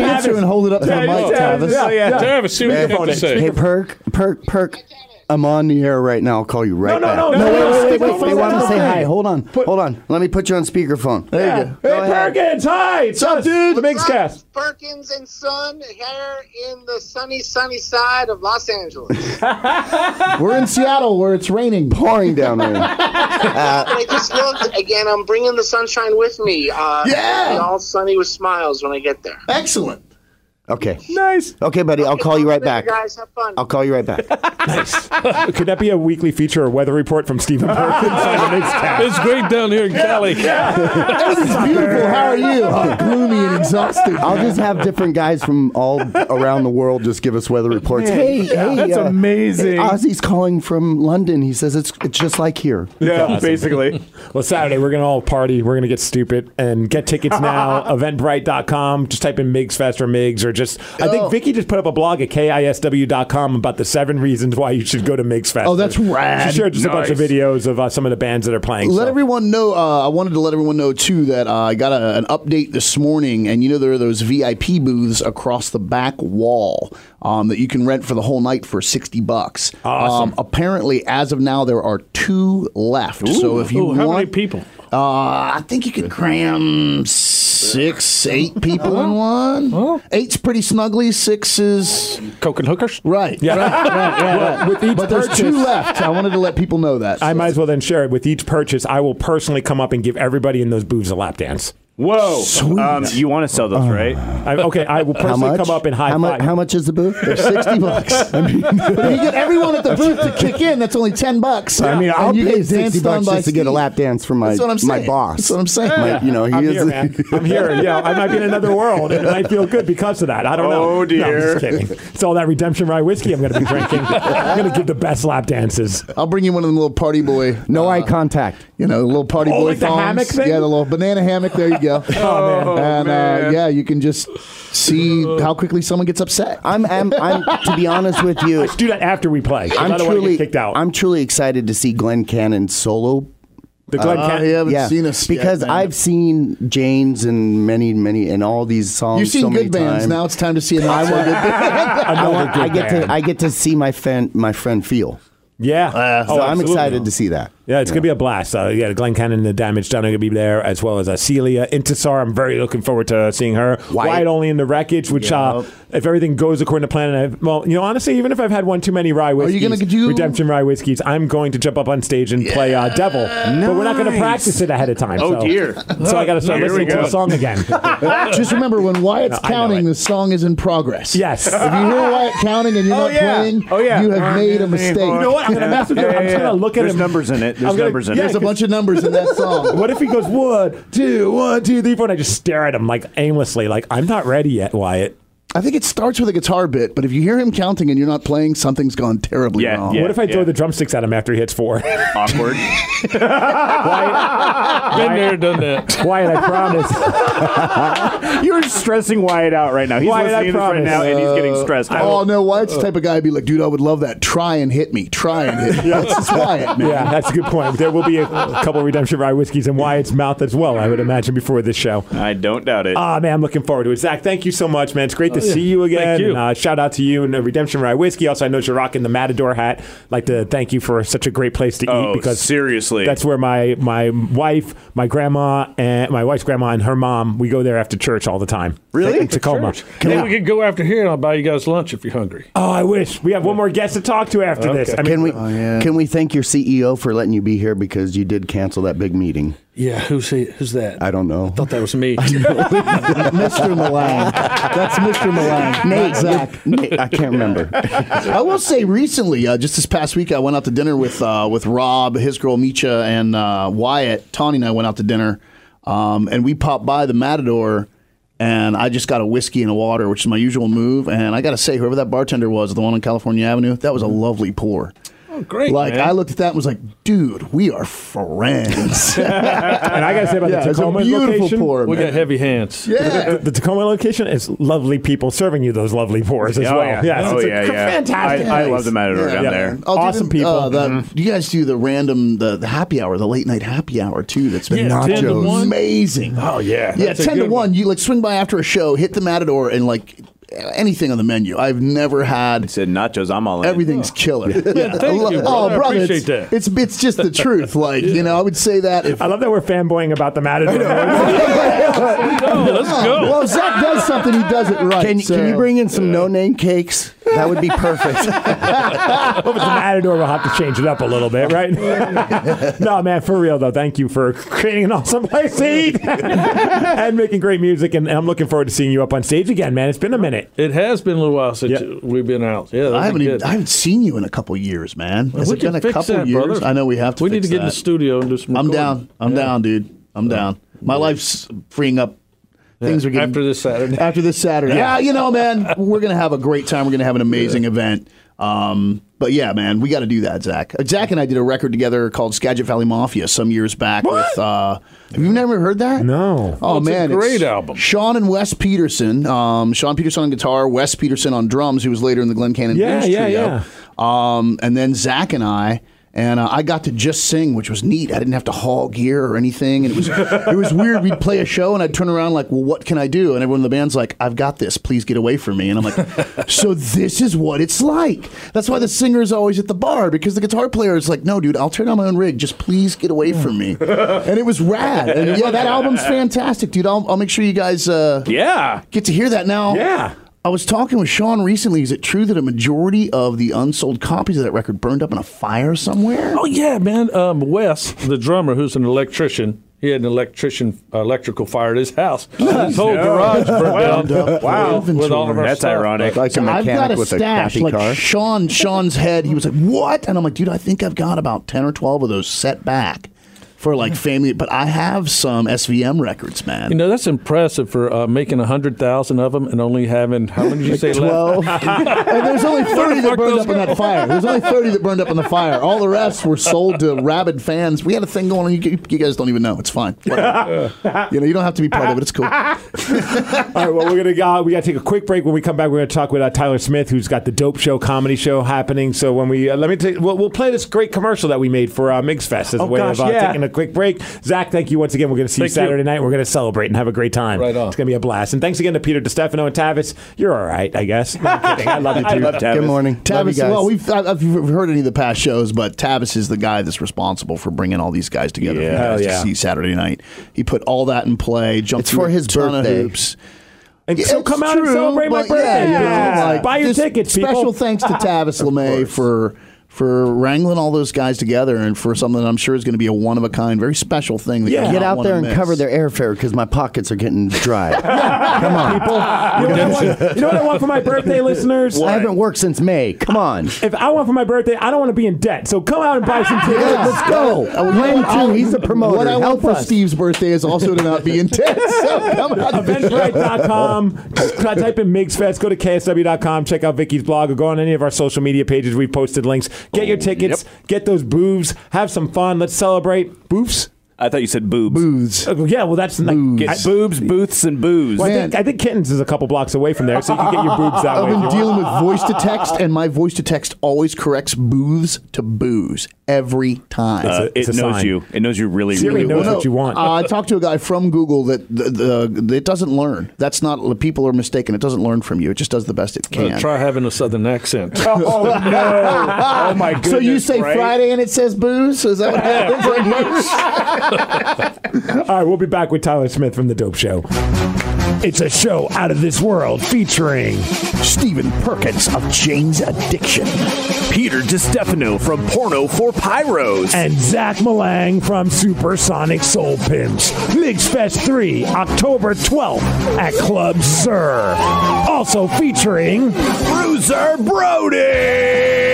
answer and hold it up to the yeah, mic, Tavis. yeah, yeah. Travis, see what you have to say. hey, Perk, Perk, Perk, I'm on the air right now. I'll call you right no, back. no, no, wait, no, wait, wait, no, wait. They no, want no, to say no. hi. Hold on, Put- hold on. Let me put you on speakerphone. There Yeah. you go. Hey, Go ahead. Perkins. Hi. It's us, the Mix Cast. Perkins and Son here in the sunny, sunny side of Los Angeles. We're in Seattle where it's raining. Pouring down there. I just looked again. I'm bringing the sunshine with me. Uh, Yeah! it'll be all sunny with smiles when I get there. Excellent. Okay, Nice. okay, buddy. I'll call you right Later, back. guys. Have fun. I'll call you right back. Could that be a weekly feature or weather report from Stephen Perkins on the Mix Cast? It's great down here in Cali. Everything's beautiful. How are you? gloomy and exhausted. I'll just have different guys from all around the world just give us weather reports. hey, hey, uh, that's amazing. hey, Ozzy's calling from London. He says it's it's just like here. yeah, basically. Well, Saturday, we're going to all party. We're going to get stupid and get tickets now. Eventbrite.com. Just type in MIGS Fest or MIGS or just. I Oh. think Vicky just put up a blog at KISW.com about the seven reasons why you should go to MIGS Fest. Oh, that's rad. She shared just a bunch of Nice. videos of uh, some of the bands that are playing. Let so- everyone know. Uh, I wanted to let everyone know too that uh, I got a, an update this morning, and you know there are those VIP booths across the back wall um, that you can rent for the whole night for sixty bucks. Awesome. Um, apparently, as of now, there are two left. so if you Ooh, want, how many people? Uh, I think you could cram six, eight people in one. Eight's pretty snuggly. Six is Coke and hookers? right. Yeah. With each But there's purchase, two left. I wanted to let people know that. I might as well then share it. With each purchase, I will personally come up and give everybody in those booths a lap dance. Whoa. Um, you want to sell those, right? Uh, I, okay, I will How personally much? come up and high how, mu- five. how much is the booth? There's 60 bucks. I mean, But if you get everyone at the booth to kick in, that's only ten bucks. I mean And I'll you pay get 60 danced on bucks by just to get a Steve. lap dance from my, That's what I'm saying. my boss. That's what I'm saying. My- you know, he I'm is. here, man. I'm here. Yeah, I might be in another world, and it might feel good because of that. I don't know. Oh, No, I'm dear. just kidding. It's all that redemption rye whiskey I'm going to be drinking. I'm going to give the best lap dances. I'll bring you one of them little party boy. No uh, eye contact. You know, little party Oh, boy like the thongs. hammock thing? Yeah, the little banana hammock. There you go. Oh, man. and Uh, yeah, you can just see how quickly someone gets upset. I'm, I'm, I'm to be honest with you, Do that after we play. 'cause I I'm don't want to truly, get kicked out. I'm truly excited to see Glenn Cannon solo the Glen Uh, Can- you haven't yeah, seen us yet, because man. I've seen Jane's and many, many, and all these songs. You've seen so many good bands. times. Now it's time to see an I want good band. I, another want, good I get band. to I get to see my friend my friend feel. Uh, yeah. So Oh, I'm absolutely. excited to see that. Yeah, it's gonna be a blast. Uh, yeah, Glenn Cannon, and the Damage Done are gonna be there, as well as uh, Celia Intasar. I'm very looking forward to seeing her. White, White. only in the wreckage, which uh, if everything goes according to plan, and I've, well, you know, honestly, even if I've had one too many rye whiskeys, you gonna do- Redemption rye whiskeys, I'm going to jump up on stage and play uh, Devil, but we're not gonna Nice. practice it ahead of time. Oh, so, dear. So I gotta start Here we listening to go. the song again. just remember when Wyatt's I know counting, it. the song is in progress. yes. If you hear Wyatt counting and you're Oh, not yeah. playing, Oh, yeah. you have made a mistake. You You know what? I'm gonna mess with you. I'm just gonna look at There's him. numbers in it. There's I'm gonna- numbers in yeah, it. There's a bunch of numbers in that song. What if he goes one, two, one, two, three, four, and I just stare at him like aimlessly, like I'm not ready yet, Wyatt. I think it starts with a guitar bit, but if you hear him counting and you're not playing, something's gone terribly Yeah, wrong. yeah. what if I throw yeah. the drumsticks at him after he hits four? Awkward. Been there, done that. Wyatt, I promise. You're stressing Wyatt out right now. He's Wyatt, I listening to this right promise. now, Uh, and he's getting stressed. Oh no, Wyatt's the type of guy would be like, dude, I would love that. Try and hit me. Try and hit me. That's just Wyatt, man. yeah, that's a good point. There will be a couple Redemption Rye whiskeys in Wyatt's mouth as well, I would imagine, before this show. I don't doubt it. Ah, man, I'm looking forward to it. Zach, thank you so much, man. It's great to see you again. Thank you. And, uh, shout out to you and uh, Redemption Rye Whiskey. Also, I know you're rocking the Matador hat. like to thank you for such a great place to Oh, eat because seriously. that's where my my wife, my grandma, and my wife's grandma and her mom we go there after church all the time. Really? in Tacoma. Can we could go after here and I'll buy you guys lunch if you're hungry. Oh, I wish we have one more guest to talk to after this. I mean, Can we Oh, can we thank your CEO for letting you be here because you did cancel that big meeting? Yeah, who's he, who's that? I don't know. thought that was me. Mr. Milan. That's Mr. Milan. Nate, Zach, Nate, I can't remember. I will say recently, uh, just this past week, I went out to dinner with uh, with Rob, his girl Micha, and uh, Wyatt. Tawny and I went out to dinner, um, and we popped by the Matador, and I just got a whiskey and a water, which is my usual move. And I got to say, whoever that bartender was, the one on California Avenue, that was a lovely pour. oh, great. Like man. I looked at that and was like, dude, we are friends. and I gotta say about the it's a Tacoma beautiful location. pour. we man. got heavy hands. Yeah. The, the Tacoma location is lovely people serving you those lovely pours as oh, well. yeah. Yes, oh, it's a yeah, yeah. fantastic. I, I place. love the Matador down Yeah. there. Oh, Awesome people. Mm-hmm. Uh, the, You guys do the random, the, the happy hour, the late night happy hour too. That's been Yeah, 10 to nachos. 1. amazing. Oh, yeah. yeah, That's a ten to good one. You like swing by after a show, hit the Matador, and like anything on the menu. I've never had. Said nachos. I'm all in. Oh. Everything's killer. Yeah, I thank you, brother. I appreciate it's, It's it's just the truth. Like you know, I would say that if I love that we're fanboying about the Matador. Oh, let's go. well, if Zach does something, he does it right. Can, so- can you bring in some no name cakes? That would be perfect. Well, with the Matador, we'll have to change it up a little bit, right? no, man, for real though. Thank you for creating an awesome place to eat and making great music. And, and I'm looking forward to seeing you up on stage again, man. It's been a minute. It has been a little while since Yeah. we've been out. Yeah, I haven't even, Good. I haven't seen you in a couple years, man. Has we it been can a fix couple that, years? brother. I know we have to. we need to fix get in the that. studio and do some. I'm recording. down. I'm Yeah. down, dude. I'm down. My life's freeing up. Things are getting After this Saturday. After this Saturday. Yeah, you know, man, we're gonna have a great time. We're gonna have an amazing event. Um, but yeah, man, we got to do that, Zach. Uh, Zach and I did a record together called Skagit Valley Mafia some years back. With uh, have you never heard that? No. Oh, it's a man, great album. Sean and Wes Peterson. Um, Sean Peterson on guitar, Wes Peterson on drums, who was later in the Glen Cannon Yeah, Blues yeah, Trio. yeah. Um, and then Zach and I. And uh, I got to just sing, which was neat. I didn't have to haul gear or anything, and it was it was weird. We'd play a show, and I'd turn around like, "Well, what can I do?" And everyone in the band's like, "I've got this. Please get away from me." And I'm like, "So this is what it's like." That's why the singer is always at the bar because the guitar player is like, "No, dude, I'll turn on my own rig. Just please get away from me." And it was rad. And yeah, that album's fantastic, dude. I'll, I'll make sure you guys uh, Yeah. get to hear that now. Yeah. I was talking with Sean recently. Is it true that a majority of the unsold copies of that record burned up in a fire somewhere? Oh yeah, man. Um, Wes, the drummer, who's an electrician, he had an electrician uh, electrical fire at his house. His whole garage burned down. Wow. with, with all of our That's stuff. ironic. Like a I've mechanic got a with stash. a crappy like car. Sean, Sean's head. He was like, "What?" And I'm like, "Dude, I think I've got about ten or twelve of those set back for like Hmm. family." But I have some SVM records, man. You know, that's impressive for uh, making a hundred thousand of them and only having how many did you say left? Uh, Twelve. and there's only thirty that fuck burned those up in that fire. There's only thirty that burned up in the fire. All the rest were sold to rabid fans. We had a thing going on. You, you guys don't even know. It's fine. Whatever. you know, you don't have to be part of it. It's cool. All right, well, we're gonna go. We gotta take a quick break. When we come back, we're gonna talk with uh, Tyler Smith, who's got the Dope Show comedy show happening. So when we uh, let me take, we'll, we'll play this great commercial that we made for uh, Migs Fest as a Oh, way gosh, of uh, yeah. taking a quick break. Zach, thank you once again. We're gonna see Thank you you. Saturday night. We're gonna celebrate and have a great time. Right on. It's gonna be a blast. And thanks again to Peter DeStefano and Tavis. You're all right, I guess. No, I'm kidding. I love you too. Good morning. Love you Tavis, guys. well, we've I- I've heard any of the past shows, but Tavis is the guy that's responsible for bringing all these guys together. for you Yeah. guys Hell yeah. To see Saturday night, he put all that in play. Jumped It's through for a his ton of birthday. hoops. And It's so come out and true, celebrate my but birthday. yeah, you know, like, Buy your just tickets, Special people. thanks to Tavis LeMay for for wrangling all those guys together and for something that I'm sure is going to be a one of a kind, very special thing. That Yeah, you get out there and cover their airfare because my pockets are getting dry. Come on. You know, what I want, you know what I want for my birthday, listeners? I haven't worked since May. Come on. If I want for my birthday, I don't want to be in debt. So come out and buy some tickets. Yeah, let's go. Glenn, too. He's a promoter. What I want Help for us. Steve's birthday is also to not be intense. So come out Eventbrite.com. Just type in Migs Fest. Go to KSW.com. Check out Vicky's blog or go on any of our social media pages. We've posted links. Get Oh, your tickets. Get those booths. Have some fun. Let's celebrate. Booths? I thought you said boobs. booths. Uh, yeah, well, that's not. Get boobs, booths, and booze. Well, I, Man. think, I think Kittens is a couple blocks away from there, so you can get your boobs that way. if I've you been want. dealing with voice to text, and my voice to text always corrects booths to booze every time. Uh, it's it a knows sign. you. It knows you really, Siri really knows well. what you want. Uh, I talked to a guy from Google that the, the, it doesn't learn. That's not people are mistaken. It doesn't learn from you. It just does the best it can. Uh, try having a southern accent. Oh, no. Oh, my goodness. so you say right? Friday and it says booze? Is that what happens? All right, we'll be back with Tyler Smith from The Dope Show. It's a show out of this world featuring. Stephen Perkins of Jane's Addiction. Peter DiStefano from Porno for Pyros. and Zach Malang from Supersonic Soul Pimps. Migs Fest 3, October 12th at Club Sir. Also featuring Bruiser Brody.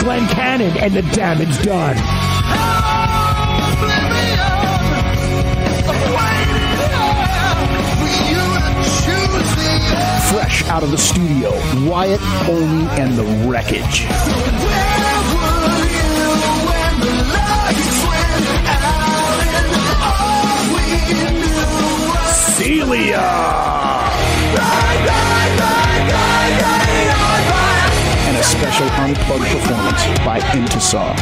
Glenn Cannon and the Damage Done. Fresh out of the studio, Wyatt, Olney, and the Wreckage. Celia. And a special unplugged performance by Intisaw.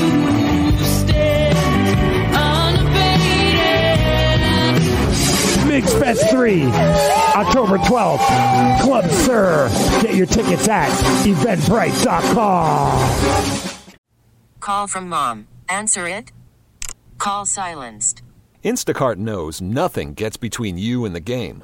Migs Fest 3, October 12th, Club Sir. Get your tickets at eventbrite.com. Call from mom. Answer it. Call silenced. Instacart knows nothing gets between you and the game.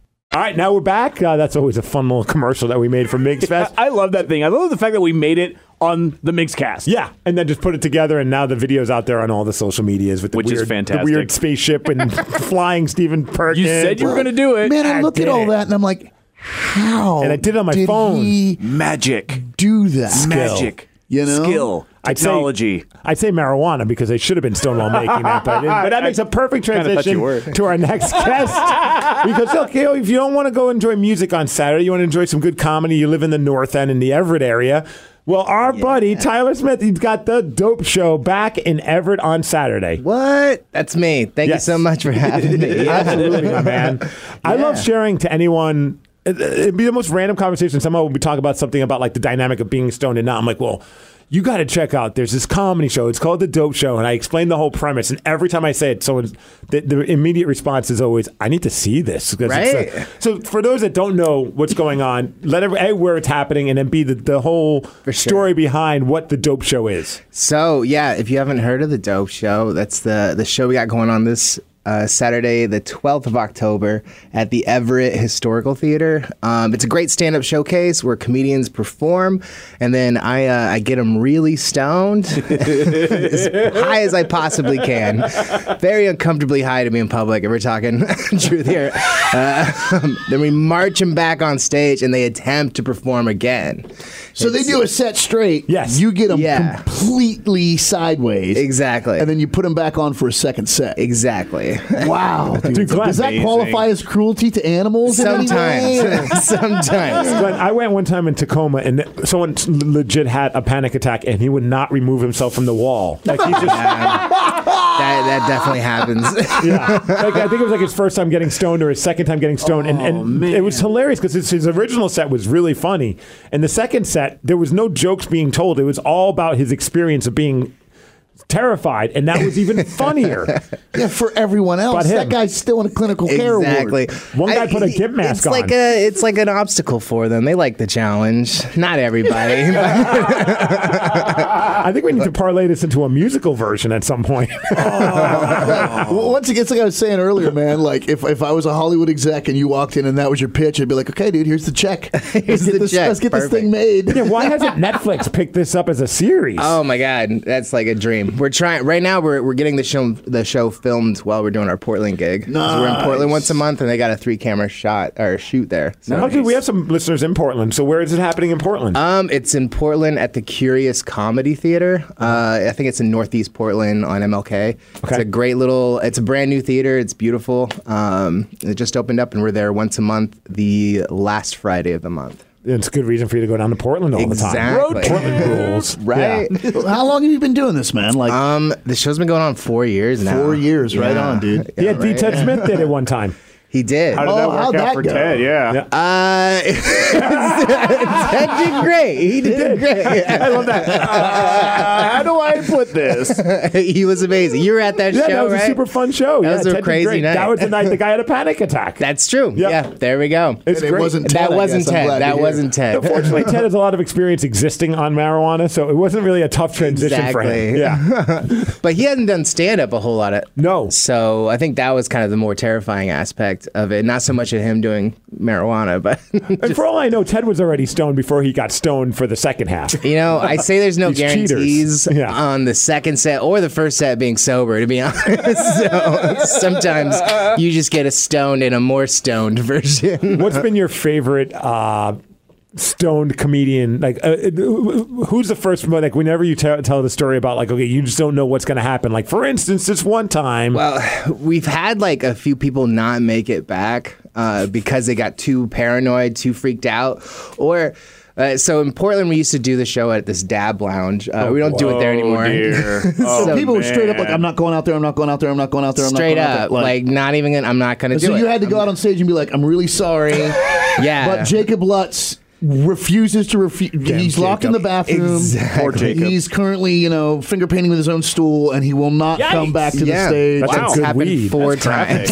All right, now we're back. Uh, that's always a fun little commercial that we made for Migs Fest. I love that thing. I love the fact that we made it on the Mixcast. Yeah, and then just put it together, and now the video's out there on all the social medias with the Which is weird, the fantastic. weird spaceship and flying Stephen Perkins. You said you were going to do it. Man, I, I look did at all it. that and I'm like, how? And I did it on my phone. He Magic. do that. Magic. You know? Skill. I'd say- Technology. I'd say marijuana because they should have been stonewall making that, but, but that makes a perfect kinda thought transition you were. to our next guest. because look, you know, if you don't want to go enjoy music on Saturday, you want to enjoy some good comedy. You live in the North End in the Everett area. Well, our buddy Tyler Smith, he's got the Dope Show back in Everett on Saturday. What? That's me. Thank Yes. you so much for having me. Absolutely, my man. I love sharing to anyone. it- It'd be the most random conversation. Somehow we talk about something about like the dynamic of being stoned and not. I'm like, well, you got to check out. There's this comedy show. It's called The Dope Show, and I explain the whole premise. And every time I say it, someone's the, the immediate response is always, "I need to see this." 'Cause it's a- Right. so for those that don't know what's going on, let every, a where it's happening, and then b the, the whole story behind what the Dope Show is. So yeah, if you haven't heard of the Dope Show, that's the the show we got going on this uh, Saturday, the twelfth of October, at the Everett Historical Theater. Um, it's a great stand up showcase where comedians perform, and then I uh, I get them really stoned, as high as I possibly can, very uncomfortably high to be in public. If we're talking truth here, uh, then we march them back on stage, and they attempt to perform again. So they do a set straight. Yes. You get them Yeah. completely sideways. Exactly. And then you put them back on for a second set. Exactly. Absolutely. Wow. Dude, Does that qualify as cruelty to animals? in any way? Glenn, I went one time in Tacoma and someone s- legit had a panic attack and he would not remove himself from the wall. Like he just. That, that definitely happens. yeah. Like, I think it was like his first time getting stoned or his second time getting stoned. and Oh, and it was hilarious because his, his original set was really funny. And the second set, there was no jokes being told. It was all about his experience of being terrified. And that was even funnier. yeah, for everyone But else, him. that guy's still in a clinical care ward. Exactly. One guy put a gimp mask it's on. Like a, it's like an obstacle for them. They like the challenge. Not everybody. I think we need to parlay this into a musical version at some point. Well, once again, it's like I was saying earlier, man. Like if, if I was a Hollywood exec and you walked in and that was your pitch, I'd be like, okay, dude, here's the check. Let's get, the this, check. let's get this Perfect. thing made. yeah, why hasn't Netflix picked this up as a series? oh my god, that's like a dream. We're trying right now. We're, we're getting the show the show filmed while we're doing our Portland gig. 'Cause We're in Portland once a month, and they got a three camera shot or shoot there. So. Now, actually, we have some listeners in Portland. So where is it happening in Portland? Um, it's in Portland at the Curious Comedy Theater. Uh, I think it's in Northeast Portland on MLK. It's Okay. a great little. It's a brand new theater. It's beautiful. Um, it just opened up, and we're there once a month, the last Friday of the month. it's a good reason for you to go down to Portland all the Exactly. time. Road Portland rules. Right. How long have you been doing this, man? Like Um, the show's been going on four years now. four years, right Yeah. on, dude. Yeah, yeah right. D. Ted Smith did it one time. He did. How did Oh, that work how'd out that for go? Ted? Yeah. Yeah. Uh, Ted did great. He did great. I love that. Uh, how do I put this? he was amazing. You were at that Yeah, show, that was right? a super fun show. That yeah, was a Ted did crazy great. night. That was the night the guy had a panic attack. That's true. Yeah. Yeah, there we go. It's And it great. wasn't Ted. that I wasn't guess. I'm Ted. glad to That hear. wasn't Ted. Fortunately, Ted has a lot of experience existing on marijuana, so it wasn't really a tough transition for him. Exactly. Yeah. But he hadn't done stand up a whole lot of No. So I think that was kind of the more terrifying aspect of it. Not so much of him doing marijuana, but And for all I know, Ted was already stoned before he got stoned for the second half. you know, I say there's no These cheaters. guarantees Yeah. on the second set or the first set being sober, to be honest. so sometimes you just get a stoned and a more stoned version. What's been your favorite uh, stoned comedian? Like, uh, who's the first one? Like, whenever you tell tell the story about, like, okay, you just don't know what's going to happen. Like, for instance, this one time, Well, we've had like a few people not make it back uh, because they got too paranoid, too freaked out, or. Uh, so in Portland, we used to do the show at this Dab Lounge. Uh, we don't do it there anymore. So, So people were straight up like, I'm not going out there. I'm not going out there. I'm not going out there. I'm Straight not going up, out there. like, not even. Gonna, I'm not gonna do so it. you had to go out on stage and be like, I'm really sorry, yeah. but Jacob Lutz refuses to refuse. He's locked in the bathroom. Exactly. Poor Jacob. He's currently, you know, finger painting with his own stool, and he will not come back to yeah. the stage. That's a Wow. good happened weed. four times.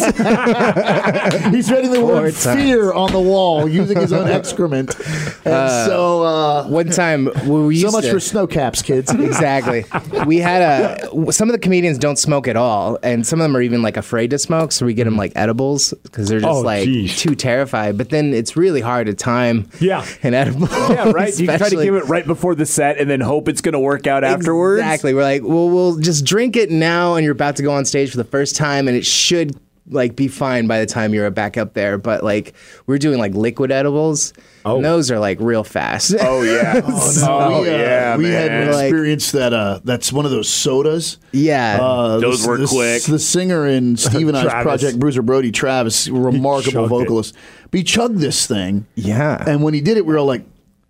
He's writing the word Four times. fear on the wall using his own excrement. And so, uh, One time we used so much to, for snow caps, kids. exactly. We had a w- some of the comedians don't smoke at all, and some of them are even like afraid to smoke. So we Mm. get them like edibles because they're just Oh, like geez. too terrified. But then it's really hard to time. Yeah. an edible. Yeah, right. You try to especially. give it right before the set and then hope it's going to work out afterwards. Exactly. We're like, well, we'll just drink it now, and you're about to go on stage for the first time, and it should like be fine by the time you're back up there. But like, we're doing like liquid edibles. And those are like real fast. Oh yeah. oh, we, uh, yeah, we man. had Like- experienced that. Uh, that's one of those sodas. yeah. Uh, Those the- were the, quick. The singer in Steve and I's Travis. project, Bruiser Brody, Travis, remarkable chugged it. vocalist. But he chugged this thing, yeah. and when he did it, we were all like,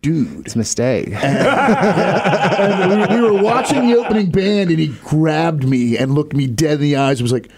"Dude!" it's a mistake. And we, we were watching the opening band, and he grabbed me and looked me dead in the eyes and was like.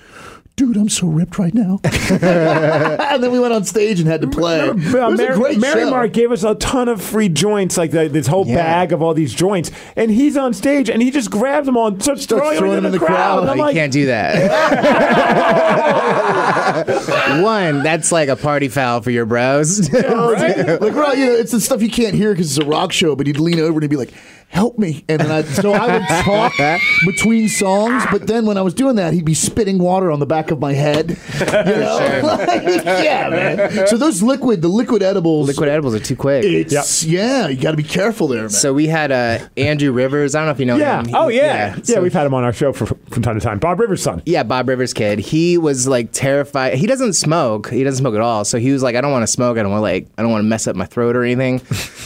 Dude, I'm so ripped right now. and then we went on stage and had to play. It Uh, was Mary, a great Mary show. Mark gave us a ton of free joints, like the, this whole Yeah. bag of all these joints, and he's on stage and he just grabs them all and starts throwing them throwing into them the, in the crowd. crowd. And Oh, I'm you like, can't do that. One, that's like a party foul for your bros. Like, right, you know, it's the stuff you can't hear because it's a rock show, but he'd lean over and he'd be like, help me. And then I, so I would talk between songs, but then when I was doing that, he'd be spitting water on the back of my head. You know? Like, yeah, man. So those liquid, the liquid edibles, Liquid edibles are too quick. it's, yeah, you got to be careful there, man. So we had uh, Andrew Rivers. I don't know if you know yeah. him. He- Oh, yeah. Yeah, so- we've had him on our show for, from time to time. Bob Rivers' son. Yeah, Bob Rivers' kid. He was like terrified. He doesn't smoke. He doesn't smoke at all. So he was like, I don't want to smoke. I don't want to like, I don't want to mess up my throat or anything.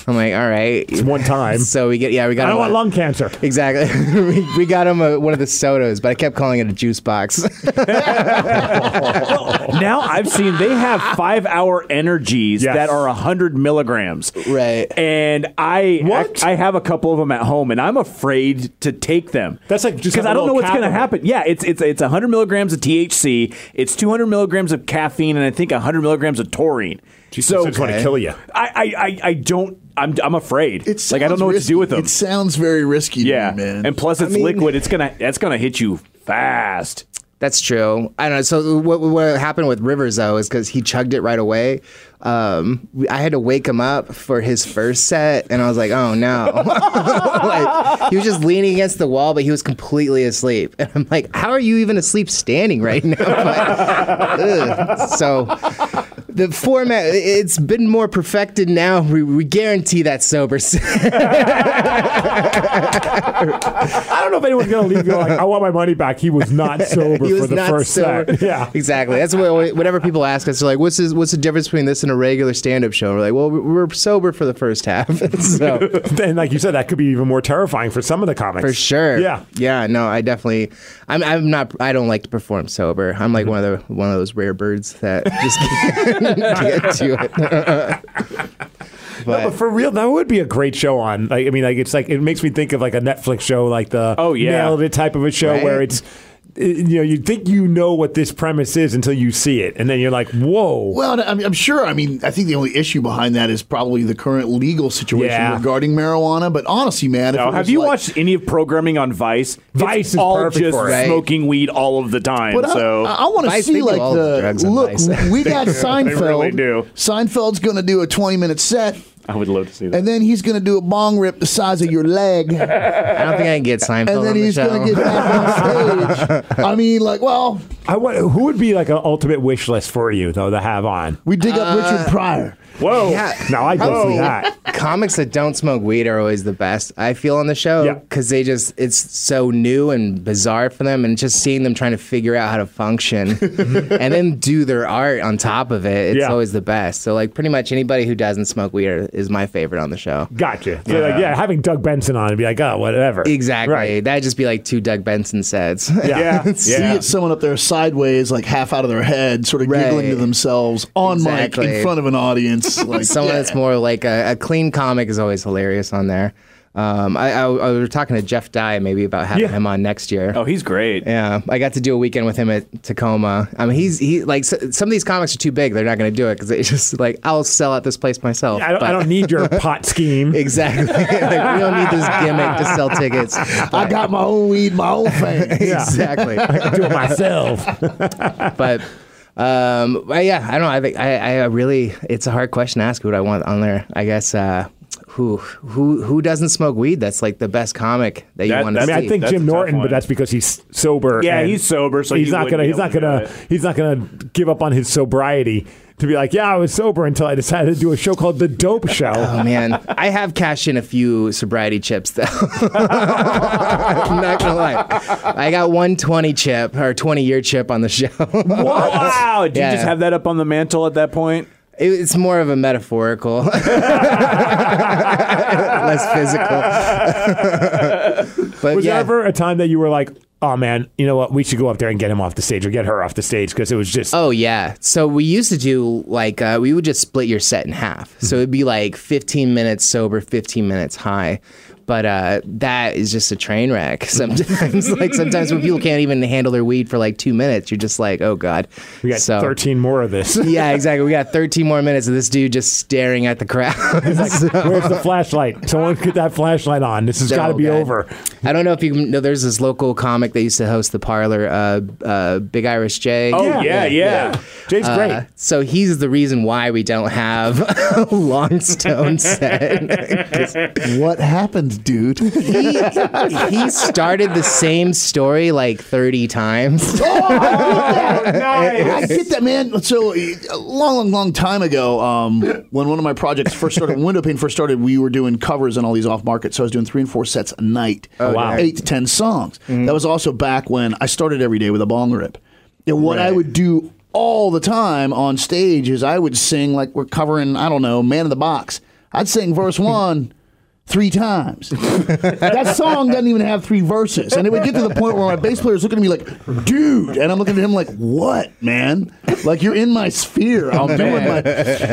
I'm like, all right. It's one time. So we get yeah, we got. I him don't want a- lung cancer. Exactly. we, we got him a, one of the sodas, but I kept calling it a juice box. now I've seen they have five hour energies Yes. that are 100 milligrams. Right. And I I, have a couple of them at home and I'm afraid to take them. That's like just have because a I don't know little what's cap going to of it. happen. Yeah, it's it's it's 100 milligrams of THC, it's 200 milligrams of caffeine, and I think 100 milligrams of taurine. Jesus, so I just wanna kill ya. I, I, I, I don't. I'm, I'm afraid. It's like I don't know what to do with them. It sounds very risky, to yeah, me, man. and plus it's mean- liquid. It's gonna that's gonna hit you fast. That's true. I don't know. So what, what happened with Rivers though is because he chugged it right away. Um, we- I had to wake him up for his first set, and I was like, "Oh no!" Like, he was just leaning against the wall, but he was completely asleep. And I'm like, "How are you even asleep standing right now?" But, ugh. So the format i- it's been more perfected now. We, we guarantee that sober. set. I don't know if anyone's gonna leave you like, I want my money back. He was not sober He was for the not first sober. set. Yeah. exactly. That's what whenever people ask us, they're like, "What's this, what's the difference between this and a regular stand-up show?" We're like, "Well, we- we're sober for the first half, so and like you said, that could be even more terrifying for some of the comics. for sure." Yeah. yeah. No, I definitely. I'm. I'm not. I don't like to perform sober. I'm Mm-hmm. like one of the one of those rare birds that just can't get to it. No, but for real, that would be a great show on. Like, I mean, like it's like it makes me think of like a Netflix show, like the Oh, yeah. nailed it type of a show Right? where it's i- you know you think you know what this premise is until you see it, and then you're like, whoa. Well, I'm, I'm sure. I mean, I think the only issue behind that is probably the current legal situation Yeah. regarding marijuana. But honestly, man, if Now, it have was you like- watched any of programming on Vice? Vice it's is all perfect just for it. Right. smoking weed all of the time. But so I, I want to Vice, see they do like all the the drugs on look. Vice. We got Seinfeld. really do. Seinfeld's going to do a 20 minute set, I would love to see that. and then he's going to do a bong rip the size of your leg, and I don't think I can get Seinfeld then on the he's show. going to get back on stage. I mean, like, well, I want, who would be like an ultimate wish list for you though to have on? we dig up Richard Uh, Pryor. Whoa! yeah. Now I don't see Whoa. that. Oh. comics that don't smoke weed are always the best. I feel on the Yeah. show because they just it's so new and bizarre for them, and just seeing them trying to figure out how to function and then do their art on top of it. It's Yeah. always the best. So like pretty much anybody who doesn't smoke weed are, is my favorite on the show. Gotcha. So like, yeah, having Doug Benson on and be like, oh, whatever. Exactly. Right. That'd just be like two Doug Benson sets. Yeah. You get someone up there sideways, like half out of their head, sort of giggling Right. to themselves on mic in Exactly. front of an audience. Like someone that's more like a, a clean comic is always hilarious on there. Um, I, I, I was talking to Jeff Dye maybe about having Yeah. him on next year. Oh, he's great. Yeah, I got to do a weekend with him at Tacoma. I mean, he's he like s some of these comics are too big; they're not going to do it because it's just like I'll sell out this place myself. I don't, I but- don't need your pot scheme. exactly. like, we don't need this gimmick to sell tickets. I got my own weed, "Oh, my own thing. Yeah. exactly. do it myself. but um, but yeah, I don't. know. I think I, I really. It's a hard question to ask. Who do I want on there? I guess uh, who who who doesn't smoke weed? That's like the best comic that, That- you want that- to I see. mean, I think That's a Jim tough Norton, one. but that's because he's sober. Yeah, and he's sober, so he's he not wouldn't gonna. be He's able not to do gonna. He's not gonna give up on his sobriety to be like, yeah, I was sober until I decided to do a show called The Dope Show. Oh man, I have cashed in a few sobriety chips though. I'm not gonna lie, I got one 20 chip or 20 year chip on the show. Wow! Did Yeah. you just have that up on the mantle at that point? It- it's more of a metaphorical, less physical. but was yeah, there ever a time that you were like, oh man, you know what? We should go up there and get him off the stage or get her off the stage because it was just. Oh yeah. So we used to do like uh, we would just split your set in half. So it'd be like 15 minutes sober, 15 minutes high. But uh, that is just a train wreck sometimes. like sometimes when people can't even handle their weed for like two minutes, you're just like, oh god. we got So- 13 more of this. Yeah, exactly. We got 13 more minutes of this dude just staring at the crowd. Where's the flashlight? Someone get that flashlight on. This has So got to be good. over. I don't know if you know. There's this local comic that used to host the parlor, uh, uh, Big Irish Jay. Oh yeah, yeah. Jay's Uh, great. so he's the reason why we don't have a long stone set. 'Cause What happened, dude? he, he started the same story like 30 times. I get that, man. So a long, long, long time ago, um, when one of my projects first started, when window pane first started, we were doing covers on all these off market. So I was doing three and four sets a night, wow. eight to ten songs. That was also back when I started every day with a bong rip. And what I would do all the time on stage is I would sing like we're covering, I don't know, Man in the Box. I'd sing verse one. three times. that song doesn't even have three verses. And it would get to the point where my bass player is looking at me like, dude. And I'm looking at him like, what, man? Like, you're in my sphere. I'm doing my.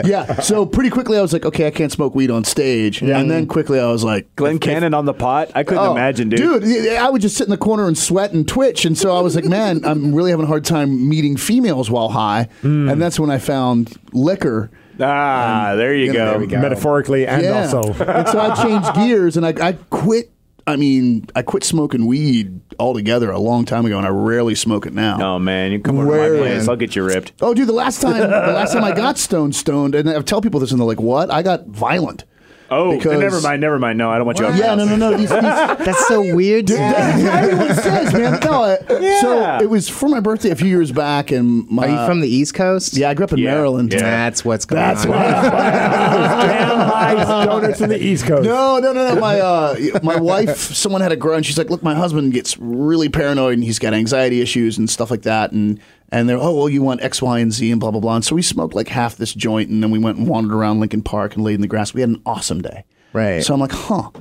Yeah. So pretty quickly, I was like, okay, I can't smoke weed on stage. And then quickly, I was like, Glenn Cannon on the pot. I couldn't Oh, imagine, dude. Dude, I would just sit in the corner and sweat and twitch, and so I was like, man, I'm really having a hard time meeting females while high, Hmm. and that's when I found liquor. Ah, there you go. Metaphorically and yeah. also. and so I changed gears, and I, I quit. I mean, I quit smoking weed altogether a long time ago, and I rarely smoke it now. Oh man, you come over to Where- my place, I'll get you ripped. Oh, dude, the last time, the last time I got stone stoned, and I tell people this, and they're like, "What?" I got violent. Oh, Because- never mind, never mind. No, I don't want you. Over Yeah, no, no, no. These, these, That's so weird. Everyone says, man. No, I- Yeah. So it was for my birthday a few years back, and my, Are you from the East Coast? yeah, I grew up in Yeah, Maryland. yeah. That's what's going That's on. Oh, Damn high stoners from the East Coast. No, no, no, no. My uh, my wife, someone had a grudge. and She's like, look, my husband gets really paranoid, and he's got anxiety issues and stuff like that. And and they're, oh, well, you want X, Y, and Z, and blah blah blah. And so we smoked like half this joint, and then we went and wandered around Lincoln Park and laid in the grass. We had an awesome day. Right. So I'm like, huh,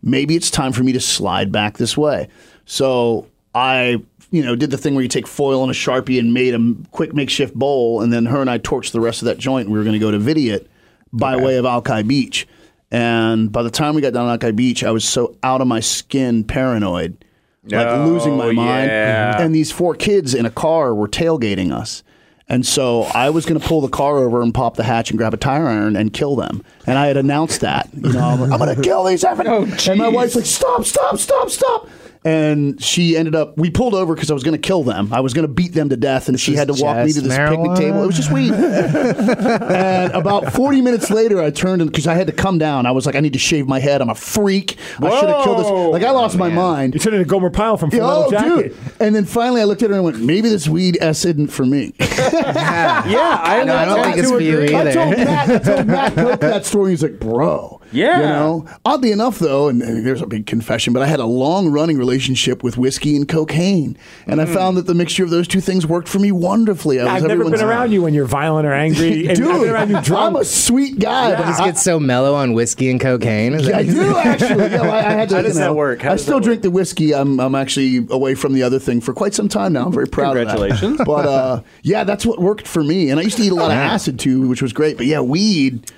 maybe it's time for me to slide back this way. So I, you know, did the thing where you take foil and a sharpie and made a m- quick makeshift bowl, and then her and I torched the rest of that joint. We were going to go to Vidiot by way of Alki Beach, and by the time we got down to Alki Beach, I was so out of my skin, paranoid, like losing my Oh, mind. yeah. And these four kids in a car were tailgating us. And so I was going to pull the car over and pop the hatch and grab a tire iron and kill them. And I had announced that. You know, I'm, like, I'm going to kill these effing. and my wife's like, stop, stop, stop, stop. And she ended up, we pulled over because I was going to kill them. I was going to beat them to death. And she had to is walk me just to this marijuana. picnic table. It was just weed. and about 40 minutes later, I turned because I had to come down. I was like, I need to shave my head. I'm a freak. I should have killed this. Whoa. Like, I lost my Oh, mind. You turned into Gomer Pyle from Full Metal Oh, Jacket. dude. And then finally I looked at her and went, maybe this weed S isn't for me. Yeah, I, No, I don't think it's for you I told either. Matt, I told Matt Cook that story. He's like, bro. Yeah. You know? Oddly enough, though, and, and there's a big confession, but I had a long running relationship with whiskey and cocaine. And I found that the mixture of those two things worked for me wonderfully. I Mm. was I've never everyone's- been around you when you're violent or angry. and Dude, I've been around you drunk. I'm a sweet guy. You but just I- get so mellow on whiskey and cocaine. Is Yeah, I that- do actually. Yeah, well, I, I had to. How does you know, that work? How I does still that drink the whiskey. I'm I'm actually away from the other thing for quite some time now. I'm very proud. Of Congratulations. that. But uh, yeah, that's what worked for me. And I used to eat a lot of acid too, which was great. But yeah, weed.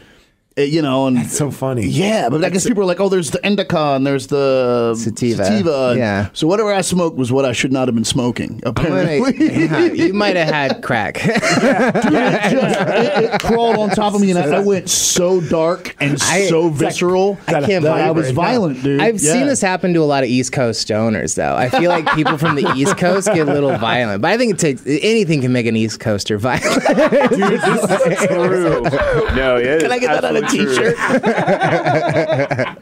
eh, you know, and so funny. yeah, but I guess people are like, oh, there's the indica and there's the Sativa. sativa. Yeah. So whatever I smoked was what I should not have been smoking. I'm Apparently, gonna- yeah, you might have had crack. it, just, it, it crawled on top of me, and I, I went so dark and I- so visceral. I can't that I believe was it. violent, dude. I've Yeah. seen this happen to a lot of East Coast stoners, though. I feel like people from the East Coast get a little violent, but I think it takes anything can make an East Coaster violent. dude, this is true. Oh, No, yeah. Can I get that on a T-shirt?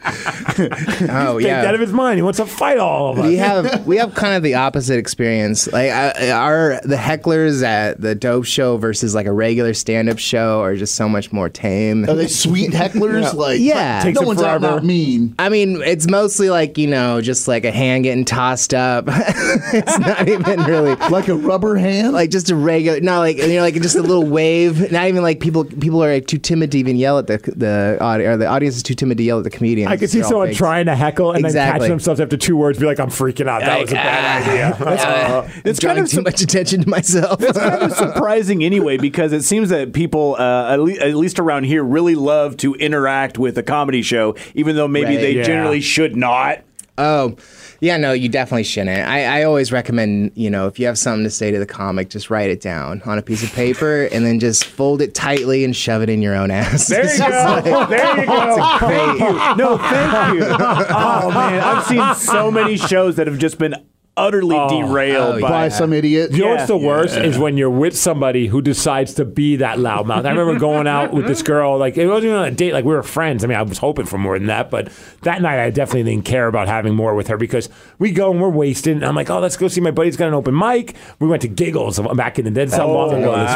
oh Take that out yeah, of his mind. He wants to fight all of us. we have we have kind of the opposite experience. Like I, our the hecklers at the dope show versus like a regular stand up show are just so much more tame. Are they sweet hecklers? Like, Yeah. Takes no them one's out and forever. out mean. I mean, it's mostly like you know, just like a hand getting tossed up. it's not even really Like a rubber hand. like just a regular, not like you know, like just a little wave. Not even like people. People are like, too timid to even yell at the the audi- or the audience is too timid to yell at the comedians. I could see They're all someone fakes. trying to heckle and then catch Exactly. themselves after two words, be like, "I'm freaking out. That was a bad idea." Uh-huh. Uh, it's kind of too much attention to myself. kind of surprising anyway because it seems that people, uh, at, le- at least around here, really love to interact with a comedy show, even though maybe Right. they Yeah. generally should not. oh, yeah, no, you definitely shouldn't. I, I always recommend you know if you have something to say to the comic, just write it down on a piece of paper and then just fold it tightly and shove it in your own ass. There It's you just like- go. There you go. Thank great- you. No, thank you. Oh man, I've seen so many shows that have just been utterly derailed oh, by. by some idiot. You know what's the worst is when you're with somebody who decides to be that loudmouth. I remember going out with this girl, like it wasn't even on a date, like we were friends. I mean, I was hoping for more than that, but that night I definitely didn't care about having more with her because we go and we're wasted. And I'm like, oh, let's go see my buddy's got an open mic. We went to Giggles back in the day. That's how long ago wow. this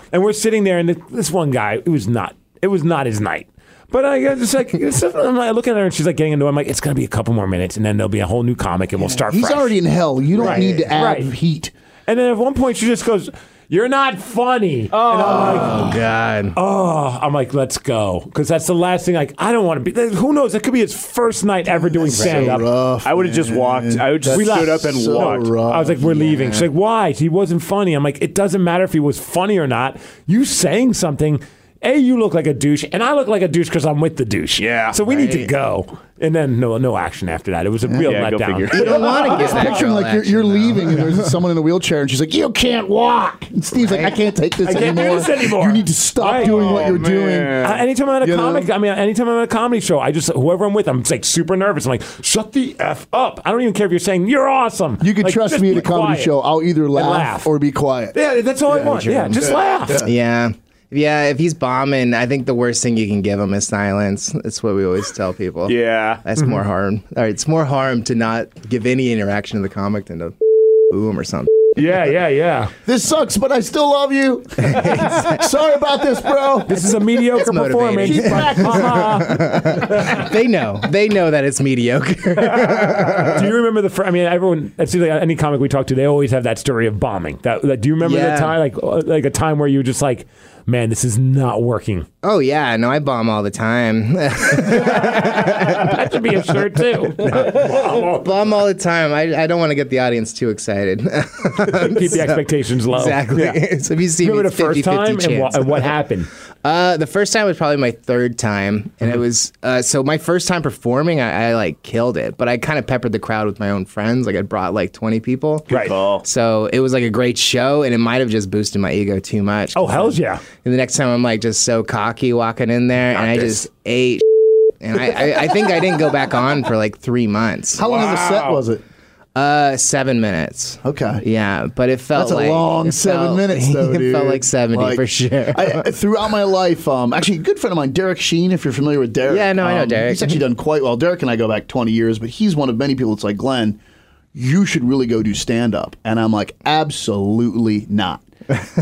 was. And we're sitting there, and this one guy, it was not, it was not his night. But I got just like, it's just- I'm like looking at her, and she's like getting into. it. I'm like, it's gonna be a couple more minutes, and then there'll be a whole new comic, and we'll start. He's fresh. already in hell. You don't need to add Right. heat. And then at one point she just goes, "You're not funny." Oh, and I'm like, God. Oh, I'm like, let's go, because that's the last thing. Like, I don't want to be. Who knows? That could be his first night ever doing stand up. I would have just walked. I would just We stood up left. and So walked. I was like, we're leaving. She's like, why? He wasn't funny. I'm like, it doesn't matter if he was funny or not. You saying something. A, you look like a douche, and I look like a douche because I'm with the douche. Yeah. So we need to go. And then no, no action after that. It was a real Yeah, go letdown. figure. You don't wanna I'm get just that picturing girl like you're, you're leaving and there's someone in a wheelchair and she's like, "You can't walk." And Steve's like, "I can't take this I can't do anymore. this anymore." You need to stop Right. doing what you're Uh, doing." anytime I'm at a You know? comic, I mean, anytime I'm at a comedy show, I just whoever I'm with, I'm just, like super nervous. I'm like, shut the f up. I don't even care if you're saying you're awesome. You can Like, trust just me at be a comedy quiet. show. I'll either laugh, laugh. or be quiet. Yeah, that's all I want. Yeah, just laugh. Yeah. Yeah, if he's bombing, I think the worst thing you can give him is silence. That's what we always tell people. Yeah. That's more harm. All right, it's more harm to not give any interaction to the comic than to boo him or something. Yeah, yeah, yeah. This sucks, but I still love you. Sorry about this, bro. This is a mediocre That's performance. motivating. but- haha. They know. They know that it's mediocre. do you remember the? Fir- I mean, everyone. It seems like any comic we talk to, they always have that story of bombing. That, that do you remember Yeah. the time, like uh, like a time where you were just like, man, this is not working. oh yeah, no, I bomb all the time. That should be a shirt Oh. too. bomb all the time. I, I don't want to get the audience too excited. Keep the expectations low. exactly. so if you see me, Remember the it's 50, first time and, wha- chance. and what happened? Mm-hmm. Uh, the first time was probably my third time, and it was uh, so my first time performing. I, I like killed it, but I kind of peppered the crowd with my own friends. Like I brought like twenty people. Right. call. So it was like a great show, and it might have just boosted my ego too much. Oh hell's yeah! And the next time I'm like just so cocky walking in there, and I just ate. And I, I, I think I didn't go back on for like three months. How long of a set was it? Uh, seven minutes. Okay. Yeah, but it felt That's a like long it seven felt- minutes, though, It dude. felt like seventy Like, for sure. I, I- throughout my life, um, actually, a good friend of mine, Derek Sheen, if you're familiar with Derek. Yeah, I know, I know um, Derek. He's actually done quite well. Derek and I go back 20 years, but he's one of many people that's like, Glenn, you should really go do stand up. And I'm like, absolutely not.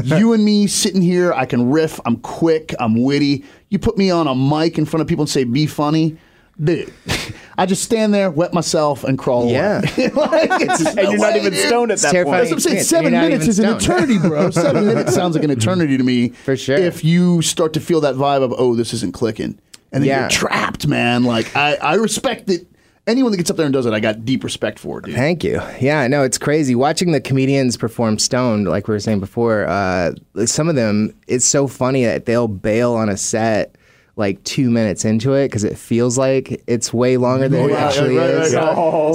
you and me sitting here, I can riff, I'm quick, I'm witty. You put me on a mic in front of people and say, be funny. Dude, I just stand there, wet myself, and crawl. away. Yeah. like, it's just And no you're not way, even dude. stoned at It's that terrifying. point. That's what I'm saying. You're Seven not minutes even is an stoned. eternity, bro. Seven minutes sounds like an eternity to me. For sure. If you start to feel that vibe of, oh, this isn't clicking. And then Yeah. you're trapped, man. Like, I, I respect it. Anyone that gets up there and does it, I got deep respect for, dude. Thank you. Yeah, no, it's crazy watching the comedians perform stoned. Like we were saying before, uh, some of them, it's so funny that they'll bail on a set like two minutes into it because it feels like it's way longer than it Oh, yeah, actually right, right, is. right.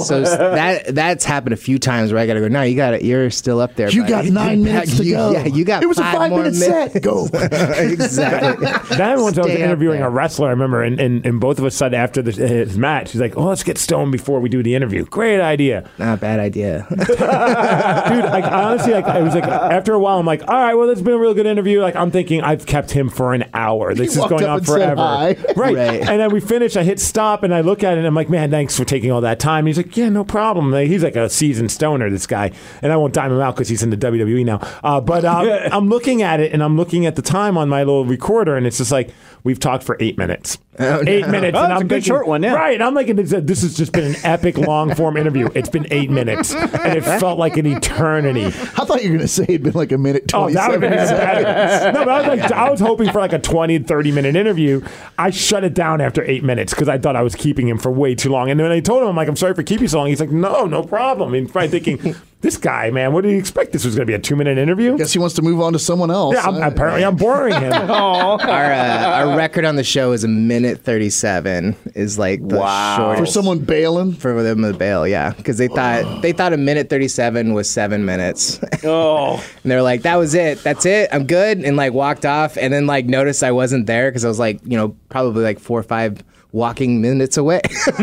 So s- that that's happened a few times where I gotta go. No, you got it. You're still up there. You buddy." got nine Back- minutes to you- go. Yeah, you got. It was five a five more minute minutes. set. Go. exactly. That once I was Stay up interviewing there. a wrestler, I remember, and, and, and both of us said after the, his match, he's like, "Oh, let's get stoned before we do the interview." Great idea. Not a bad idea. dude. Like I honestly, like I was like after a while, I'm like, all right, well, it's been a real good interview. Like I'm thinking, I've kept him for an hour. This is walked going up on and said forever, hi. right? Right. And then we finish. I hit stop, and I look at it, and I'm like, man, thanks for taking all that time. And he's like, yeah, no problem. Like, he's like a seasoned stoner, this guy, and I won't dime him out because he's in the WWE now. Uh, but um, I'm looking at it, and I'm looking at the time on my little recorder, and it's just like. We've talked for eight minutes. Eight minutes. Oh, and it's I'm a good thinking- short one, yeah. Right. And I'm like, this has just been an epic long form interview. It's been eight minutes, and it felt like an eternity. I thought you were going to say it'd been like a minute Oh, that would have 27. been even better. No, but I was like, I was hoping for like a 20, 30 minute interview. I shut it down after eight minutes because I thought I was keeping him for way too long. And then I told him, I'm like, I'm sorry for keeping you so long. He's like, no, no problem. And probably thinking, this guy, man, what did you expect? This was going to be a two minute interview? Guess he wants to move on to someone else. Yeah, I'm, Uh, apparently I'm boring him. our, uh, our record on the show is a minute thirty-seven. Is like the Wow. shortest for someone bailing. for them to bail. Yeah, because they thought they thought a minute thirty-seven was seven minutes, and Oh, they were like, "That was it. That's it. I'm good." And like walked off, and then like noticed I wasn't there because I was like, you know, probably like four or five walking minutes away.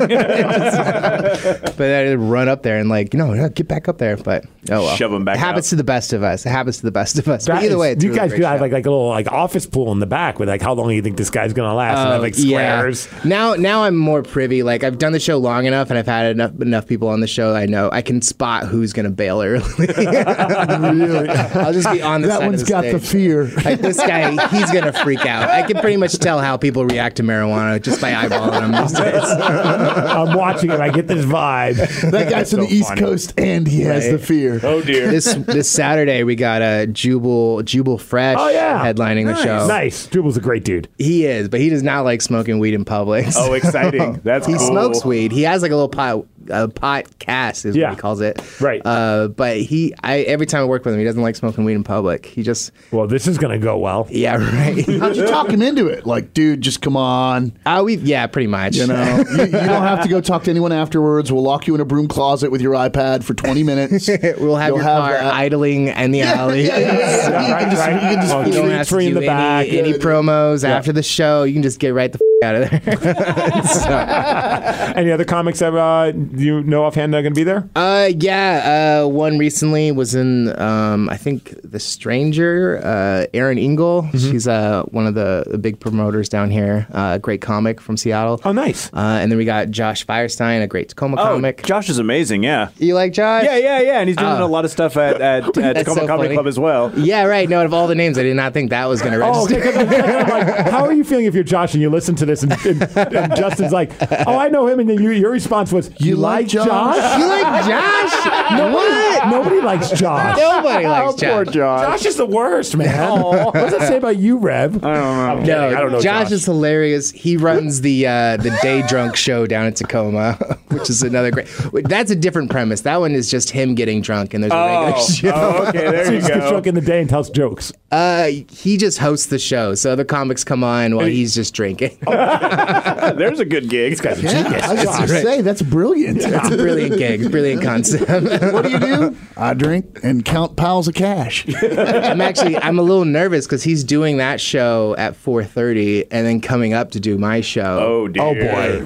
but I did run up there and like, no, no, get back up there. But oh well, Shove 'em back It happens out. to the best of us. It happens to the best of us. That but either is- way, it's you really guys great could have show. like, like a little like office pool in the back with like, how long do you think this guy's going to last? and have like squares. Oh, Yeah. Now, now I'm more privy. Like I've done the show long enough, and I've had enough enough people on the show. I know I can spot who's gonna bail early. Really? I'll just be on the that side one's of the got the stage. fear. Like this guy, he's gonna freak out. I can pretty much tell how people react to marijuana just by eyeballing them these days. I'm watching him. I get this vibe. That guy's That's from so the East funny. Coast and he has the fear. Theater. Oh, dear. This this Saturday we got a Jubal Jubal Fresh Oh, yeah. headlining Nice. the show. Nice. Jubal's a great dude. He is, but he does not like smoking weed in public. Oh, exciting. That's he cool. smokes weed. He has like a little pot a podcast is Yeah. what he calls it. Right. Uh, but he I every time I work with him, he doesn't like smoking weed in public. He just Well, this is going to go well. yeah, right. How'd you talk him into it? Like, dude, just come on. uh, we yeah, pretty much. You know, you, you don't have to go talk to anyone afterwards. We'll lock you in a broom closet with your iPad for 20 minutes. We'll have You'll your have car that. idling in the alley. yeah, yeah, yeah. Yeah, You right, can just- right. you can just- Oh, you You don't tree- have to tree do in the any, back. any promos after the show. You can just get right the f- out of there. So, Any other comics that uh, you know offhand that are going to be there? uh, yeah, uh, one recently was in, um, I think, The Stranger, uh, Erin Engel. Mm-hmm. She's uh, one of the, the big promoters down here, uh, great comic from Seattle. Oh, nice. Uh, and then we got Josh Firestein, a great Tacoma Oh, comic. Josh is amazing. Yeah. you like Josh? Yeah, yeah, yeah. And he's doing a lot of stuff at, at, at That's Tacoma so Comedy funny. Club as well. Yeah, right. No, out of all the names, I did not think that was going to register. Oh, okay, 'cause I'm thinking, I'm like, how are you feeling if you're Josh and you listen to this and, and, and Justin's like, oh, I know him, and then you, your response was, you, like like Josh? Josh? You like Josh? No, what? Nobody likes Josh. Nobody likes Oh, Josh. Josh is the worst, man. what does that say about you, Rev? I don't know. No, I don't know. Josh, Josh, is hilarious. He runs the uh, the day drunk show down at Tacoma, which is another great. wait, That's a different premise. That one is just him getting drunk, and there's a regular Oh, show. oh, okay. There you He just gets go. drunk in the day and tells jokes. Uh, he just hosts the show, so other comics come on while he's just drinking. Oh, There's a good gig. Yeah, I was going to right. say, that's brilliant. it's a brilliant gig, brilliant concept. what do you do? I drink and count piles of cash. I'm actually I'm a little nervous because he's doing that show at 4:30 and then coming up to do my show. Oh, dear. Oh,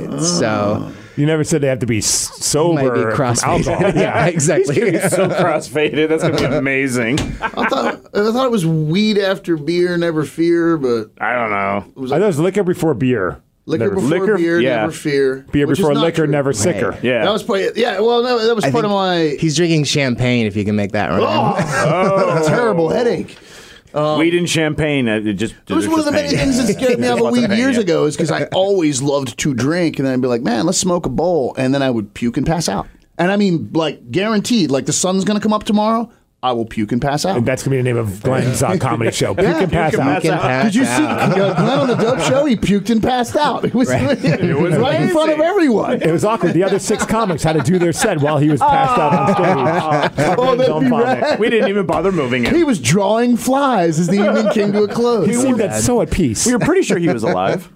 boy. So You never said they have to be s- sober. might be from crossfaded. alcohol. yeah, exactly. so crossfaded. That's going to be amazing. I thought I thought it was weed after beer, never fear, but I don't know. I thought it was liquor before beer. liquor Never- before Liquor- beer, yeah. never fear. beer which is before not liquor, true. never sicker. Yeah. That was part. Yeah, well, no, that was part of my He's drinking champagne. If you can make that rhyme. Oh. terrible headache. Oh. Um, weed and champagne. uh, It just It was one of the many things that scared me out of Lots of weed pain, years yeah. ago, is because I always loved to drink, and then I'd be like, "Man, let's smoke a bowl," and then I would puke and pass out. And I mean, like guaranteed, like the sun's gonna come up tomorrow, I will puke and pass out. And that's going to be the name of Glenn's uh, comedy show. Puke and pass You out. can pass Did you see out. uh, Glenn on the Dope Show? He puked and passed out. It was, it was right in front of everyone. It was awkward. The other six comics had to do their set while he was passed out on stage. Fucking Oh, that'd don't be vomit. rad. We didn't even bother moving it. He was drawing flies as the evening came to a close. He seemed that so at peace. We were pretty sure he was alive.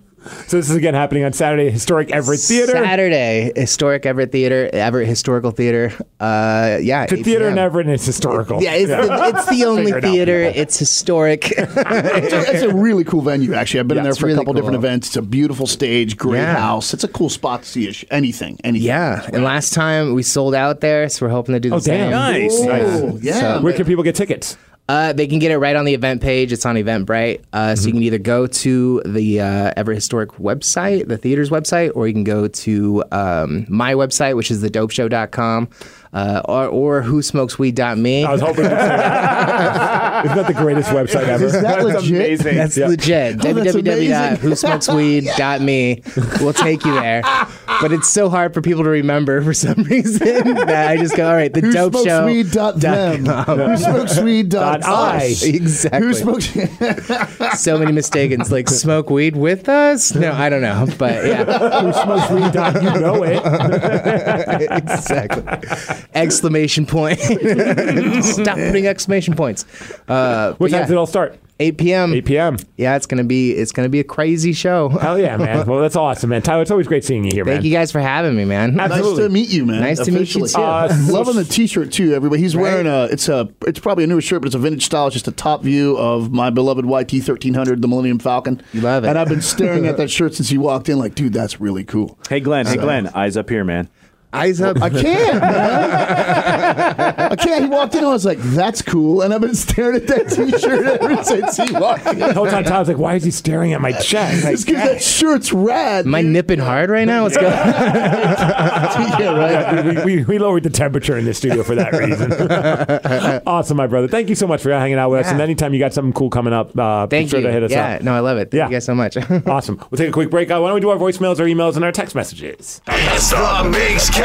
So this is again happening on Saturday, historic Everett Theater. Saturday, historic Everett Theater, Everett Historical Theater. Uh, yeah, The 8 theater p.m. in Everett is historical. Yeah, it's, The, it's the only Figure it out, theater. it's historic. It's a, it's a really cool venue, actually. I've been in there it's for a really couple different cool. events. It's a beautiful stage, great Yeah. house. It's a cool spot to see a sh- anything, anything. yeah, and last time we sold out there, so we're hoping to do the Oh, damn. same. Nice. nice. Cool. Yeah. Where can people get tickets? Uh, they can get it right on the event page. It's on Eventbrite, uh, so you Mm-hmm. can either go to the uh, Everett Historic website, the theater's website, or you can go to um, my website, which is thedopeshow.com, uh, or, or whosmokesweed.me. I was hoping. You'd say that. Isn't that the greatest website ever? Is that legit? amazing. That's legit. Oh, that's www.whosmokesweed.me will take you there. But it's so hard for people to remember for some reason that I just go, all right, the Who dope smokes show. weed dot them? Who smokes weed dot Dot us? Exactly. Who smokes? so many mistakens. Like smoke weed with us? No, I don't know. But yeah, Who smokes weed dot- You know it. exactly. Exclamation point. Stop putting exclamation points. Uh, but What time yeah, does it all start? 8 p.m. 8 p.m. Yeah, it's gonna be it's gonna be a crazy show. Hell yeah, man. Well, that's awesome, man. Tyler, it's always great seeing you here, man. Thank you guys for having me, man. Nice to meet you, man. Nice to meet you, Officially. too. Uh, Loving the T-shirt too, everybody. He's wearing a it's a it's probably a newer shirt, but it's a vintage style. It's just a top view of my beloved YT thirteen hundred, the Millennium Falcon. You love it. and I've been staring at that shirt since he walked in. Like, dude, that's really cool. Hey, Glenn. Hey, Glenn. Eyes up here, man. Eyes up. I can't. man. I can't. He walked in, and I was like, "That's cool," and I've been staring at that T-shirt ever since he walked in. The whole time, Tyler's like, why is he staring at my chest? It's because that shirt's rad. Am I nipping hard right now? What's going yeah, right. we, we, we lowered the temperature in the studio for that reason. awesome, my brother. Thank you so much for hanging out with us. And anytime you got something cool coming up, uh, be Thank sure you. to hit us yeah, up. no, I love it. Thank Yeah. you guys so much. Awesome. We'll take a quick break. Uh, why don't we do our voicemails, our emails, and our text messages?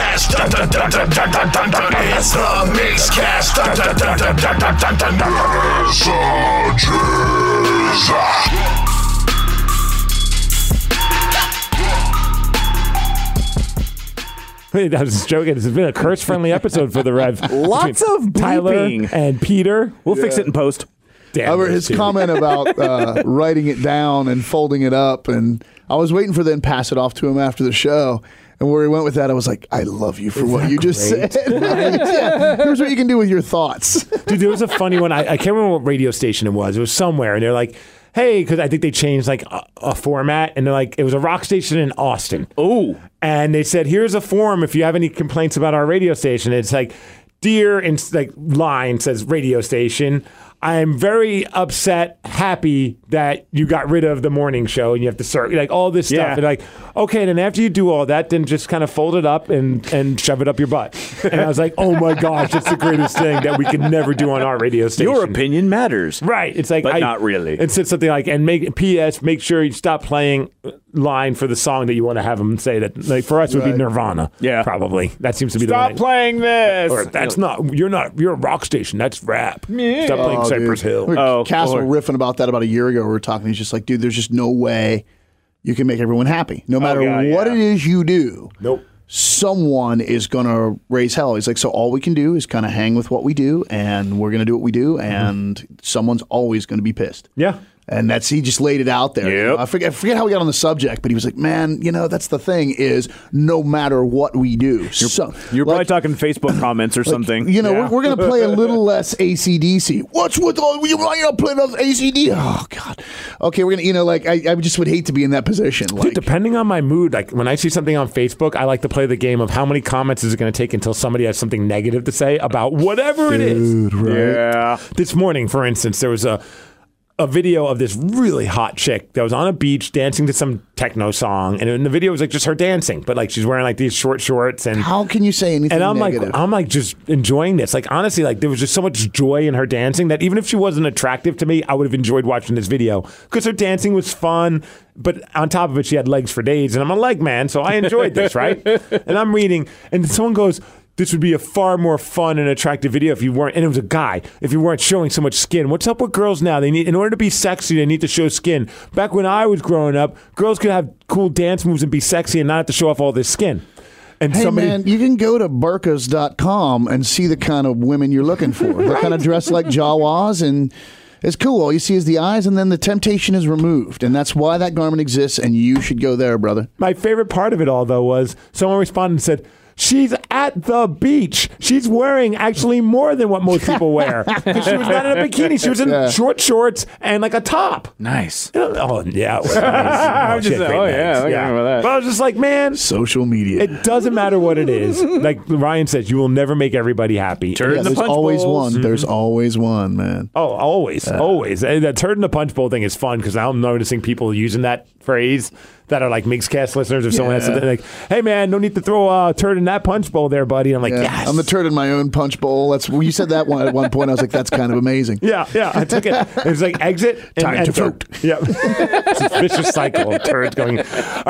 The Bigs Cast. Mixcast. Dun, dun, dun, dun, dun, dun, dun, dun. It's the Mixcast. Dun, dun, dun, dun, dun, dun, dun, dun, dun. Wait, I was just joking. It's been a curse friendly episode for the Rev. Lots Between of Tyler bleeping. and Peter. We'll fix it in post. Damn Over those his two. comment about uh, writing it down and folding it up, and I was waiting for then pass it off to him after the show. And where he went with that, I was like, "I love you for what you just great? said." yeah, here's what you can do with your thoughts. Dude, there was a funny one. I, I can't remember what radio station it was. It was somewhere, and they're like, "Hey," because I think they changed like a, a format, and they're like, "It was a rock station in Austin." Oh, and they said, "Here's a form if you have any complaints about our radio station." It's like, "Dear," and s- like line says, "Radio station." I am very upset, happy that you got rid of the morning show and you have to serve like all this stuff. Yeah. And like, okay, then after you do all that, then just kind of fold it up and and shove it up your butt. And I was like, oh my gosh, it's the greatest thing that we could never do on our radio station. Your opinion matters. Right. It's like But I, not really. It said something like, and make P.S. Make sure you stop playing uh, line for the song that you want to have them say. That like for us would be Right. Nirvana. Yeah. probably that seems to be Stop the one. playing this. Or that's not. You're not. You're a rock station. That's rap. Stop playing Oh, Cypress dude. Hill. We were Castle or- riffing about that about a year ago. We were talking. He's just like, dude, there's just no way you can make everyone happy. No matter God, what yeah. it is you do, nope. someone is going to raise hell. He's like, so all we can do is kind of hang with what we do, and we're going to do what we do, and someone's always going to be pissed. Yeah. And that's he just laid it out there. You know, I forget I forget how we got on the subject, but he was like, "Man, you know, that's the thing is, no matter what we do, so You're probably talking Facebook comments or something. you know, Yeah. we're, we're going to play a little less ACDC. What's with all you? Why not playing those ACD? Ah, Oh God. Okay, we're gonna. You know, like I, I just would hate to be in that position. Like, Depending on my mood, like when I see something on Facebook, I like to play the game of how many comments is it going to take until somebody has something negative to say about whatever it is. Yeah. This morning, for instance, there was a a video of this really hot chick that was on a beach dancing to some techno song, and in the video was like just her dancing, but like she's wearing like these short shorts and. how can you say anything? and I'm negative? like, I'm like just enjoying this. Like honestly, like there was just so much joy in her dancing that even if she wasn't attractive to me, I would have enjoyed watching this video because her dancing was fun. But on top of it, she had legs for days, and I'm a leg man, so I enjoyed this, right? And I'm reading, and someone goes. This would be a far more fun and attractive video if you weren't, and it was a guy, if you weren't showing so much skin. What's up with girls now? They need, in order to be sexy, they need to show skin. Back when I was growing up, girls could have cool dance moves and be sexy and not have to show off all this skin. And Hey somebody, man, you can go to burkas.com and see the kind of women you're looking for. They're kind of dressed like Jawas and it's cool. All you see is the eyes and then the temptation is removed. And that's why that garment exists and you should go there, brother. My favorite part of it all, though, was someone responded and said, She's at the beach. She's wearing actually more than what most people wear. 'Cause she was not in a bikini. She was in Yeah. short shorts and like a top. Nice. Oh, yeah. It was amazing. I'm she just had great saying, oh, yeah, legs. I can remember that. But I was just like, man, Social media. it doesn't matter what it is. Like Ryan says, you will never make everybody happy. Mm-hmm. Turn Yeah, the there's punch always bowls. one. There's always one, man. Oh, always, always. And that turd in the punch bowl thing is fun because now I'm noticing people using that phrase that are like Mixcast listeners. If someone has Yeah. something like, "Hey, man, no need to throw a turd in that punch bowl, there, buddy." I'm like, Yeah. "Yes, I'm the turd in my own punch bowl. That's when you said that one at one point. I was like, that's kind of amazing. yeah, yeah." I took it. It was like exit. And Time to enter. vote. Yeah, it's a vicious cycle of turds going. All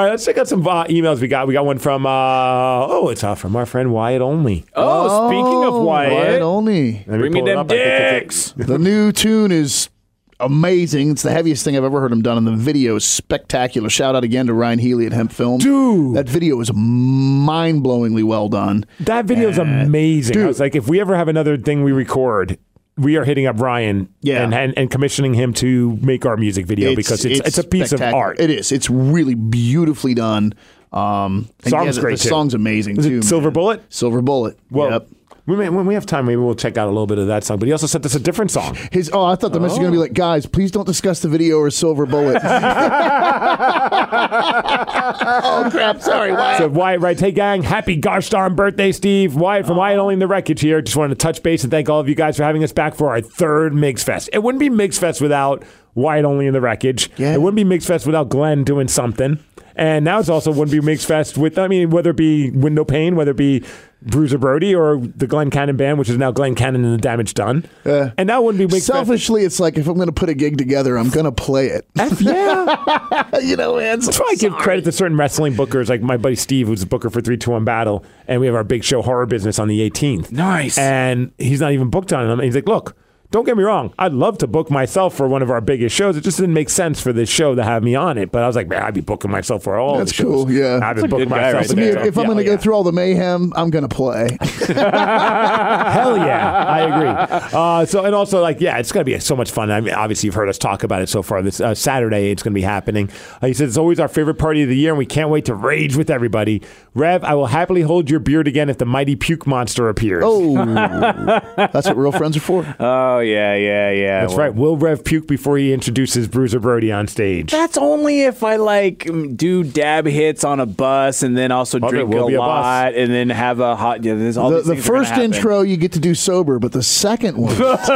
right, let's check out some uh, emails we got. We got one from uh, oh, it's uh, from our friend Wyatt Only. Oh, speaking of Oh, Wyatt, only. Let me bring me pull it them up. I think it's dicks. The new tune is amazing. It's the heaviest thing I've ever heard him done, and the video is spectacular. Shout out again to Ryan Healy at Hemp Film. Dude. That video is mind blowingly well done. a- That video is amazing. I dude. was like, if we ever have another thing we record. We are hitting up Ryan Yeah. and, and, and commissioning him to make our music video because it's, it's, a piece of spectacular. art. It is. It's really beautifully done. Um, and Song's yeah, the, great, The too. song's amazing Is it too. man. Silver Bullet? Silver Bullet. Well, yep. we may, when we have time, maybe we'll check out a little bit of that song. But he also sent us a different song. His oh, I thought the message was gonna be like, guys, please don't discuss the video or Silver Bullet. oh crap! Sorry. Wow. So Wyatt writes, "Hey gang, happy gosh darn birthday, Steve! Wyatt from Wyatt Only in the Wreckage here. Just wanted to touch base and thank all of you guys for having us back for our third Migs Fest. It wouldn't be Migs Fest without Wyatt Only in the Wreckage. Yeah. It wouldn't be Migs Fest without Glenn doing something. And now it's also One View Mix Fest with, I mean, whether it be Window Pane, whether it be Bruiser Brody or the Glenn Cannon Band, which is now Glenn Cannon and the Damage Done. and that wouldn't be Mix Fest. Selfishly, it's like if I'm going to put a gig together, I'm going to play it. yeah. you know, man. That's why I give credit to certain wrestling bookers, like my buddy Steve, who's a booker for 321 Battle, and we have our big show horror business on the 18th. Nice. And he's not even booked on them. And he's like, look, don't get me wrong. I'd love to book myself for one of our biggest shows. It just didn't make sense for this show to have me on it. But I was like, man, I'd be booking myself for all That's the shows. cool, yeah. I've That's a been booking good guy myself. right for there. that. If I'm going to go through all the mayhem, I'm going to play. Hell yeah, I agree. Uh, so and also like yeah, it's gonna be so much fun. I mean, obviously you've heard us talk about it so far. This uh, Saturday it's gonna be happening. Uh, he said it's always our favorite party of the year, and we can't wait to rage with everybody. Rev, I will happily hold your beard again if the mighty puke monster appears. Oh, that's what real friends are for. Oh yeah, yeah, yeah. That's Well, right. Will Rev puke before he introduces Bruiser Brody on stage? That's only if I like um, do dab hits on a bus, and then also there drink a will be a bus. lot, and then have a hot. Yeah, there's all The, these the things are gonna first happen. intro you get to do sober, but the second one,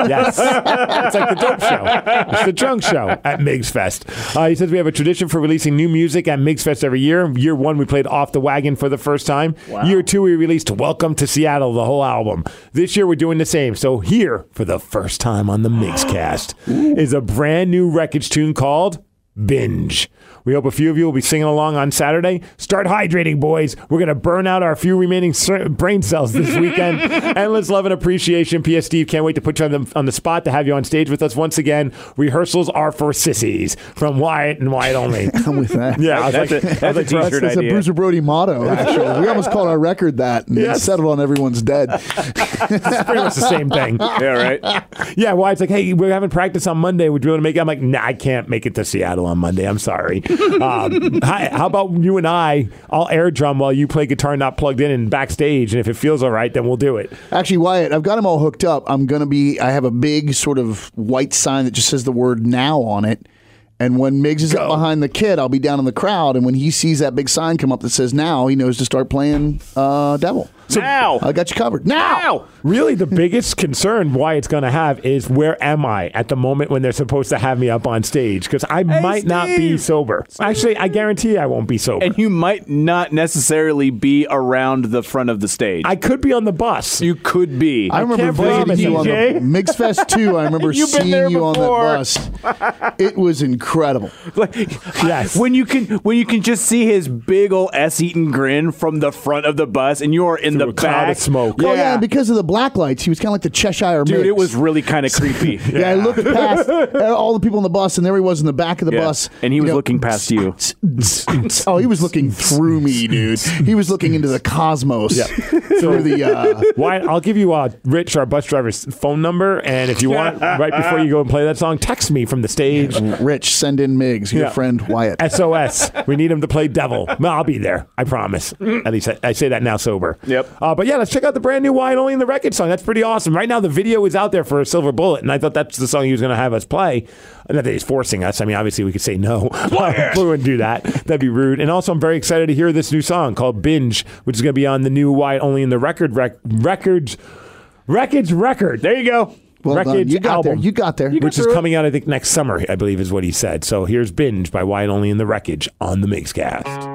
Yes. it's like the dope show. It's the drunk show at Migs Fest. Uh, he says we have a tradition for releasing new music at Migs Fest every year. Year one, we played Off the Wagon for the first time. Year two, we released Welcome to Seattle, the whole album. This year, we're doing the same. So, here, for the first time on the Migscast, is a brand new wreckage tune called Binge. We hope a few of you will be singing along on Saturday. Start hydrating, boys. We're going to burn out our few remaining cer- brain cells this weekend. Endless love and appreciation. P.S. Steve, can't wait to put you on the, on the spot to have you on stage with us once again. Rehearsals are for sissies from Wyatt and Wyatt only. I'm with that. Yeah, I was That's like, a- I that's a was like, t-shirt That's, that's a idea. Bruiser Brody motto, actually. We almost called our record that and Yes. settled on everyone's dead. it's pretty much the same thing. Yeah, right. Yeah, Wyatt's like, hey, we're having practice on Monday. Would you want to make it? I'm like, nah, I can't make it to Seattle on Monday. I'm sorry. Um, hi, how about you and I? I'll air drum while you play guitar not plugged in and backstage. And if it feels all right, then we'll do it. Actually, Wyatt, I've got them all hooked up. I'm going to be, I have a big sort of white sign that just says the word now on it. And when Miggs is up behind the kid, I'll be down in the crowd. And when he sees that big sign come up that says now, he knows to start playing uh, Devil. So Now. I got you covered. Now. Ow! Really, the biggest concern Wyatt's going to have is where am I at the moment when they're supposed to have me up on stage? Because I might not be Steve. sober. Actually, I guarantee I won't be sober. And you might not necessarily be around the front of the stage. I could be on the bus. you could be. I remember can't visiting promise you you, on the Jay. Miggs Fest 2. I remember You've been seeing there you on that before. bus. It was incredible. Like, Yes. When you can when you can just see his big ol' S eaten grin from the front of the bus and you are in Through the a cloud back of smoke. Oh, yeah, and because of the black lights, he was kind of like the Cheshire Dude, Mix. it was really kind of creepy. Yeah. I looked past uh, all the people in the bus, and there he was in the back of the Yeah. bus. And he you was looking past you. oh, he was looking through me, dude. He was looking into the cosmos through the. Uh, Wyatt, I'll give you uh, Rich, our bus driver's phone number. And if you want, right before you go and play that song, text me from the stage. Rich, send in Migs, your Yeah. friend Wyatt. SOS. We need him to play devil. No, I'll be there. I promise. At least I, I say that now sober. Yep. Uh, but yeah, let's check out the brand new Wine Only in the Record song. That's pretty awesome. Right now, the video is out there for Silver Bullet, and I thought that's the song he was going to have us play. Not that he's forcing us. I mean, obviously, we could say no. we wouldn't do that. That'd be rude. And also, I'm very excited to hear this new song called Binge, which is going to be on the new Wine Only in the Record rec- Records. Records record. There you go. Well done. Records You got there. album You got there. which is coming out, I think, next summer, I believe is what he said. So here's Binge by Wyatt Only in the Wreckage on the Mixcast.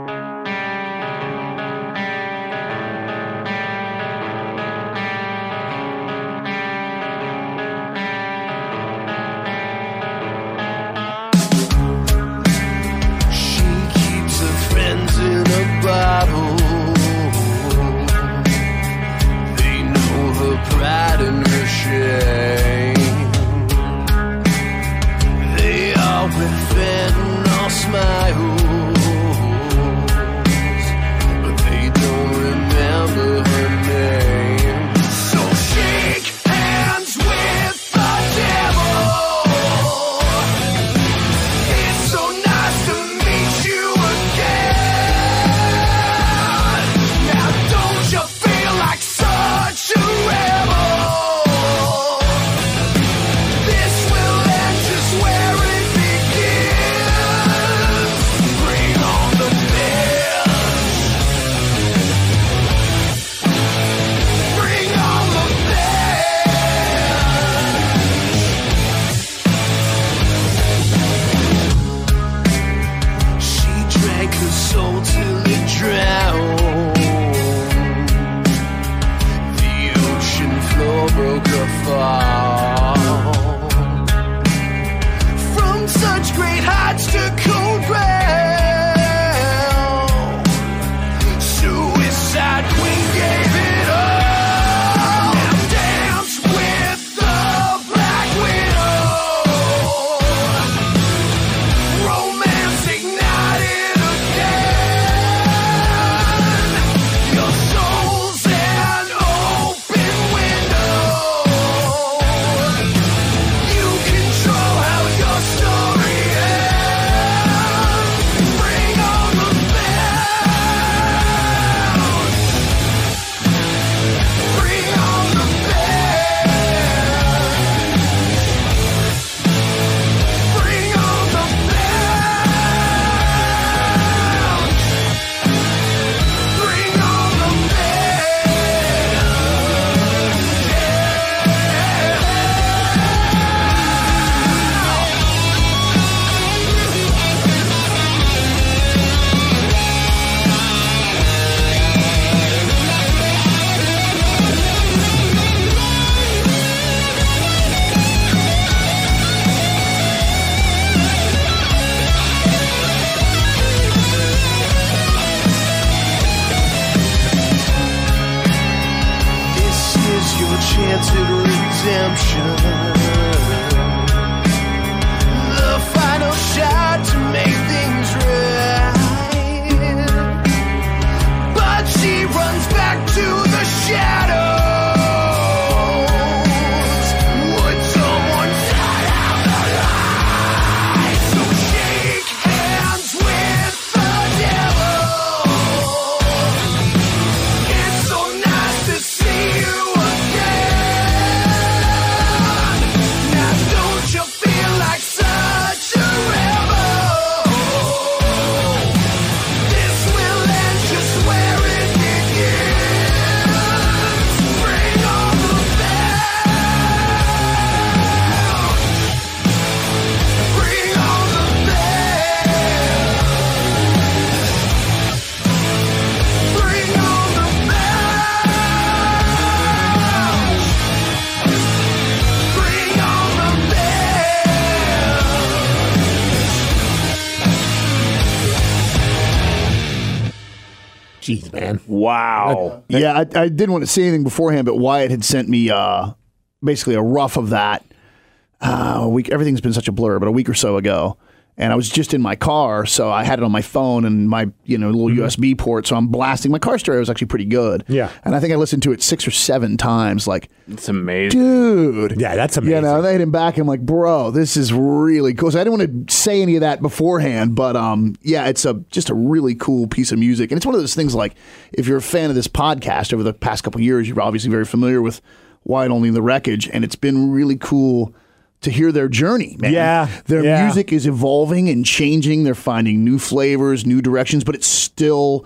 She keeps her friends in a bottle. They know her pride and her shame. They are with all smiles, but they don't remember her name. So shake hands with the devil. It's so nice to meet you again. Now don't you feel like such a rebel? This will end just where it begins. Jeez, man. Wow. yeah, I, I didn't want to say anything beforehand, but Wyatt had sent me uh, basically a rough of that. Uh, a week, everything's been such a blur, but a week or so ago, and I was just in my car, so I had it on my phone and my you know little USB port, so I'm blasting. My car stereo was actually pretty good. Mm-hmm. Yeah. and I think I listened to it six or seven times. Like, It's amazing. dude. Yeah, that's amazing. You know, they hit him back. I'm like, bro, this is really cool. So I didn't want to say any of that beforehand, but um, yeah, it's a just a really cool piece of music, and it's one of those things. Like, if you're a fan of this podcast over the past couple years, you're obviously very familiar with Wide Only in the Wreckage, and it's been really cool to hear their journey, man. Yeah, their yeah. music is evolving and changing. They're finding new flavors, new directions, but it's still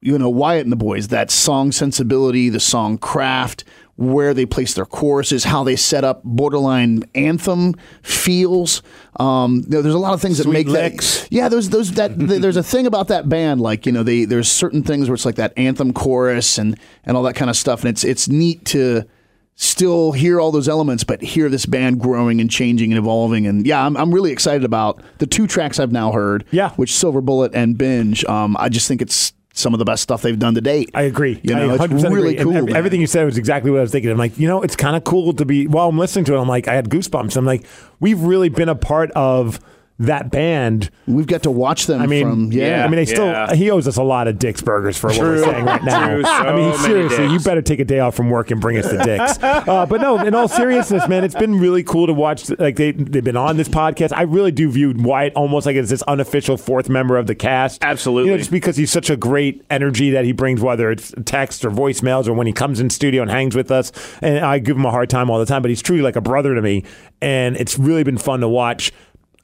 you know Wyatt and the boys that song sensibility, the song craft, where they place their choruses, how they set up borderline anthem feels. Um, there- there's a lot of things that Sweet make licks. that. Yeah, those those that th- there's a thing about that band like you know they there's certain things where it's like that anthem chorus and and all that kind of stuff, and it's it's neat to still hear all those elements, but hear this band growing and changing and evolving. And yeah, I'm, I'm really excited about the two tracks I've now heard. Yeah. which Silver Bullet and Binge. Um, I just think it's some of the best stuff they've done to date. I agree. You I know, it's 100% agree. really And cool. ev- man. everything you said was exactly what I was thinking. I'm like, you know, it's kind of cool to be. While I'm listening to it, I'm like, I had goosebumps. I'm like, we've really been a part of that band. we've got to watch them. I mean, from, yeah, I mean, they still yeah. he owes us a lot of Dick's burgers for what we're True. saying right now. True, so I mean, many seriously, you dicks. better take a day off from work and bring us the Dicks. uh, but no, in all seriousness, man, it's been really cool to watch. Like they they've been on this podcast. I really do view Wyatt almost like as this unofficial fourth member of the cast. Absolutely. You know, just because he's such a great energy that he brings, whether it's text or voicemails or when he comes in studio and hangs with us. And I give him a hard time all the time, but he's truly like a brother to me. And it's really been fun to watch.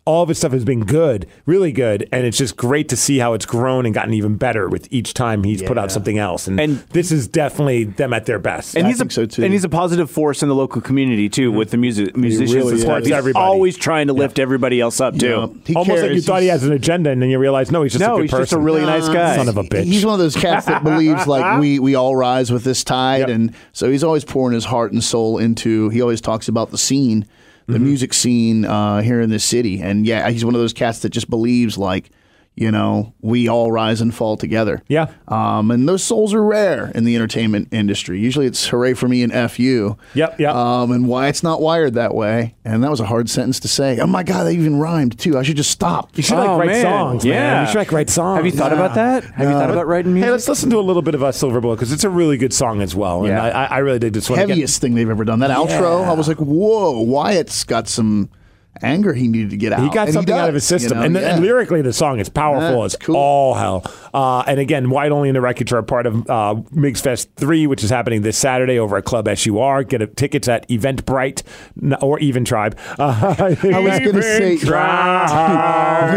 All of his stuff has been good, really good, and it's just great to see how it's grown and gotten even better with each time he's put out something else. And, And- this is definitely them at their best. And I he's a, think so, too. and he's a positive force in the local community too, with the music musicians really and stuff. is. He's Everybody. always trying to lift everybody else up too. Yeah. He Almost like you cares. thought he has an agenda, and then you realize no, he's just a No, good he's person. just a really nice guy. Son of a bitch. He's one of those cats that believes like we we all rise with this tide, Yep. and so he's always pouring his heart and soul into. He always talks about the scene, the Mm-hmm. music scene uh, here in this city, and yeah, he's one of those cats that just believes like. You know, we all rise and fall together. Yeah. Um, and those souls are rare in the entertainment industry. Usually it's hooray for me and F you. Yep, yep. Um, and why it's not wired that way. And that was a hard sentence to say. Oh my God, that even rhymed too. I should just stop. You should Oh, like write man. songs, man. Yeah. You should like write songs. Have you thought about that? Have you thought about writing Hey, music? let's listen to a little bit of uh, Silver Bullet because it's a really good song as well, and Yeah. I, I- I really did this one. again. heaviest thing they've ever done. That outro, I was like, whoa, Wyatt's got some anger he needed to get out. He got And something out of his does, system, you know, and, the- and yeah. lyrically, the song is powerful Yeah, as it's cool. all hell. Uh, and again, White Only and the Wreckage are part of uh, Migs Fest three, which is happening this Saturday over at Club SUR. Get a, tickets at Eventbrite n- or Even Tribe. Uh, I was I was gonna say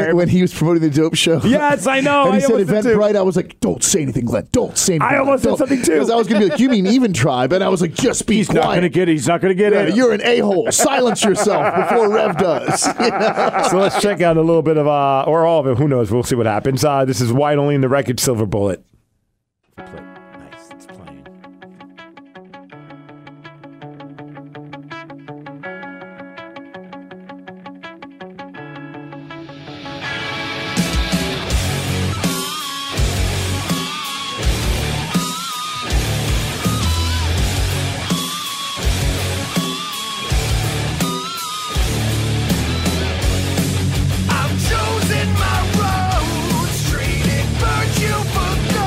when- when he was promoting the dope show. Yes, I know. And he I said almost did too. Eventbrite. I was like, don't say anything, Glenn. Don't say anything. I almost said Don't." something, too. 'Cause I was gonna be like, you mean even tribe? And I was like, just be quiet. it. He's not going to get Yeah, You're an a hole. Silence yourself before Rev does. so let's check out a little bit of uh, or all of it. Who knows? We'll see what happens. Uh, this is White Only and the Wreckage, Silver Bullet. Nice, it's playing. I've chosen my road, traded virtue for gold.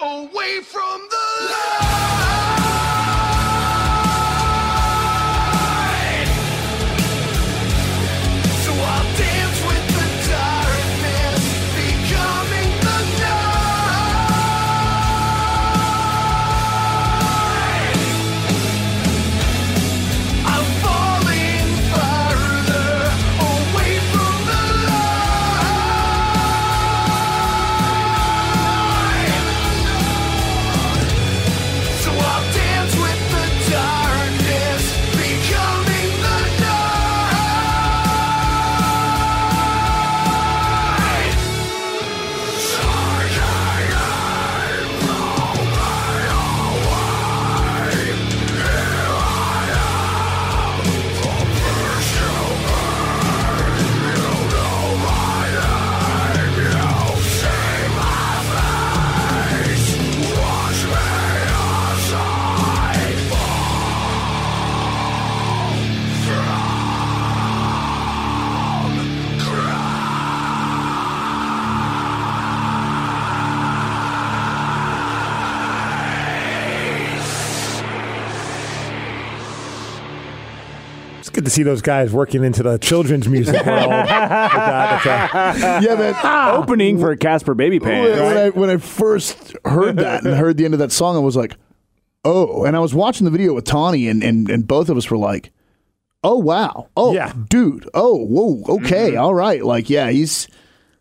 away from the light. So I'll dance with the darkness, becoming the night. I'm falling farther away from the light. So I'll dance with the darkness, becoming the night. It's good to see those guys working into the children's music world. With that, it's a- yeah, that opening for Casper Baby Pants. When, when I, when I first heard that and heard the end of that song, I was like, oh. And I was watching the video with Tawny, and, and, and both of us were like, oh, wow. Oh, Yeah. Mm-hmm. dude. Oh, whoa. Okay. all right. Like, yeah, he's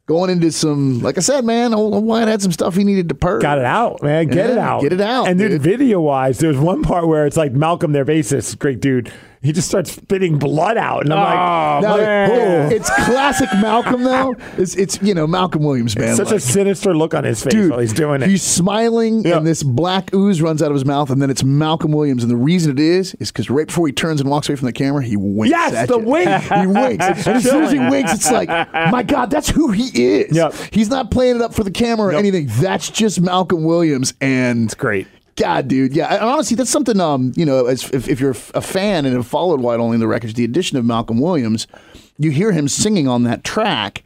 going into some, like I said, man, old Wyatt had some stuff he needed to purge. Got it out, man. Get it Yeah, out. get it out, And then dude. video wise, there's one part where it's like Malcolm, their bassist, great dude. He just starts spitting blood out, and I'm Oh, Now, like, man. it's classic Malcolm, though. It's, it's you know, Malcolm Williams, man. It's such a like- sinister look on his face Dude, while he's doing it. He's smiling, and this black ooze runs out of his mouth, and then it's Malcolm Williams. And the reason it is is because right before he turns and walks away from the camera, he winks. Yes, at the you. wink. he winks, It's and as soon as he chilling. winks, it's like, my God, that's who he is. Yep. He's not playing it up for the camera or anything. That's just Malcolm Williams, and it's great. God, dude, yeah. And honestly, that's something. Um, you know, as, if, if you're a fan and have followed White Only in the Records, the addition of Malcolm Williams, you hear him singing on that track.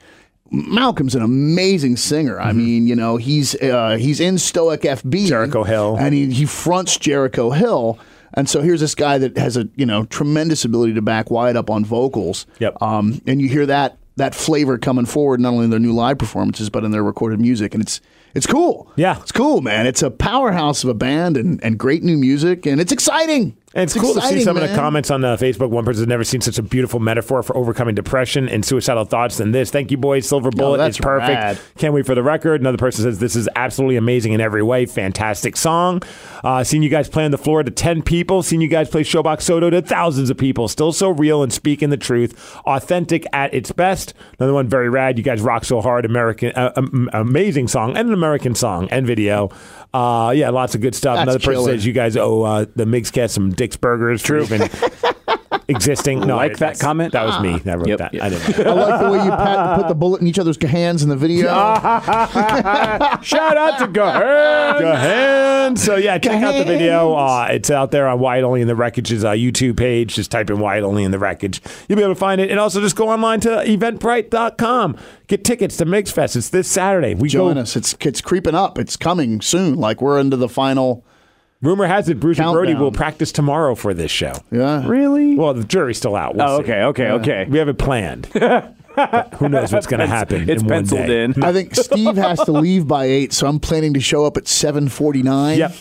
Malcolm's an amazing singer. I Mm-hmm. mean, you know, he's uh, he's in Stoic FB, Jericho Hill. and he he fronts Jericho Hill. And so here's this guy that has a you know tremendous ability to back Wyatt up on vocals. Yep. Um, and you hear that that flavor coming forward not only in their new live performances but in their recorded music, and it's it's cool. Yeah. It's cool, man. It's a powerhouse of a band and, and great new music, and it's exciting. And it's, cool to see exciting, some of the man. comments on uh, Facebook. One person's never seen such a beautiful metaphor for overcoming depression and suicidal thoughts than this. Thank you, boys. Silver Bullet that's is perfect. rad. Can't wait for the record. Another person says, This is absolutely amazing in every way. Fantastic song. Uh, seen you guys play on the floor to 10 people. Seen you guys play Showbox Soto to thousands of people. Still so real and speaking the truth. Authentic at its best. Another one, very rad. You guys rock so hard. American, uh, um, amazing song and an American song and video. Uh, yeah, lots of good stuff. That's Another person killer. says, You guys owe uh, the Migscast some Dick's Burgers. True. existing. No, Like I- that comment? That was me. That wrote that. I didn't. I like the way you pat, put the bullet in each other's hands in the video. Shout out to Gahan. Gahan. So yeah, check out the video. Uh, it's out there on Wyatt Only in the Wreckage's uh, YouTube page. Just type in Wyatt Only in the Wreckage. You'll be able to find it. And also just go online to eventbrite.com. Get tickets to Mix Fest. It's this Saturday. We Join go. us. It's it's creeping up. It's coming soon. Like we're into the final. Rumor has it Bruce Countdown. and Brody will practice tomorrow for this show. Yeah. Really? Well, the jury's still out. We'll Oh, see. okay, okay, okay. We have it planned. But who knows what's going to happen? It's in one penciled day. in. I think Steve has to leave by eight, so I'm planning to show up at seven forty nine. Yep.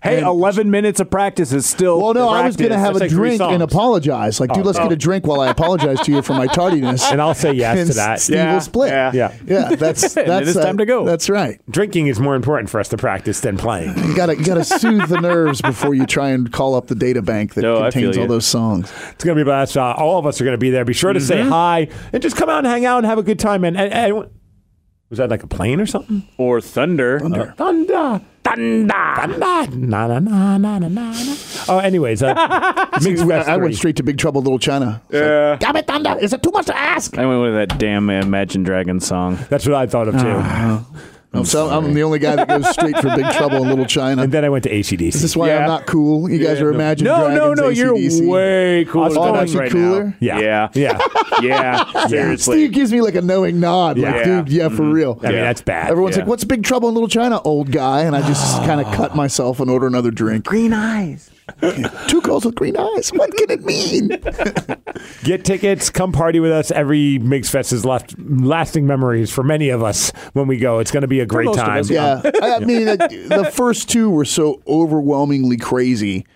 Hey, eleven minutes of practice is still. Well, no, I was going to That's have practice. a like three drink songs. Oh, and apologize. Like, dude, let's get a drink while I apologize to you for my tardiness. And I'll say yes And to that. Steve Yeah, will split. yeah. Yeah. yeah. That's that's And then it's uh, time to go. That's right. Drinking is more important for us to practice than playing. You gotta you gotta soothe the nerves before you try and call up the data bank that No, I contains feel all you. those songs. It's going to be a blast. Uh, all of us are going to be there. Be sure to say Mm-hmm. hi and just come out and hang out and have a good time. And, and, and- was that like a plane or something? Uh, or thunder. Thunder. Thunder. Thunder. Na na na na na na. na. Oh, anyways, uh, Mixed West I went 3. straight to Big Trouble Little China. Yeah. Damn it, Thunder! Is it too much to ask? I went with that damn Imagine Dragon song. That's what I thought of too. I'm, so, I'm the only guy that goes straight for Big Trouble in Little China. And then I went to ACDC. Is this why Yeah. I'm not cool? You guys Yeah, are no. Imagine No, Dragons, no, no, you're AC/DC. way cooler Oh, than I'm us actually right now. cooler? Yeah. Yeah. Yeah. yeah. Steve gives me like a knowing nod. Like, Yeah. dude, yeah, for Mhm. real. I mean, Yeah. that's bad. Everyone's Yeah. like, what's Big Trouble in Little China, old guy? And I just kind of cut myself and order another drink. Green eyes. Two girls with green eyes. What can it mean? Get tickets. Come party with us. Every Migs Fest is left lasting memories for many of us when we go. It's going to be a great time. Yeah. I I mean, the, the first two were so overwhelmingly crazy.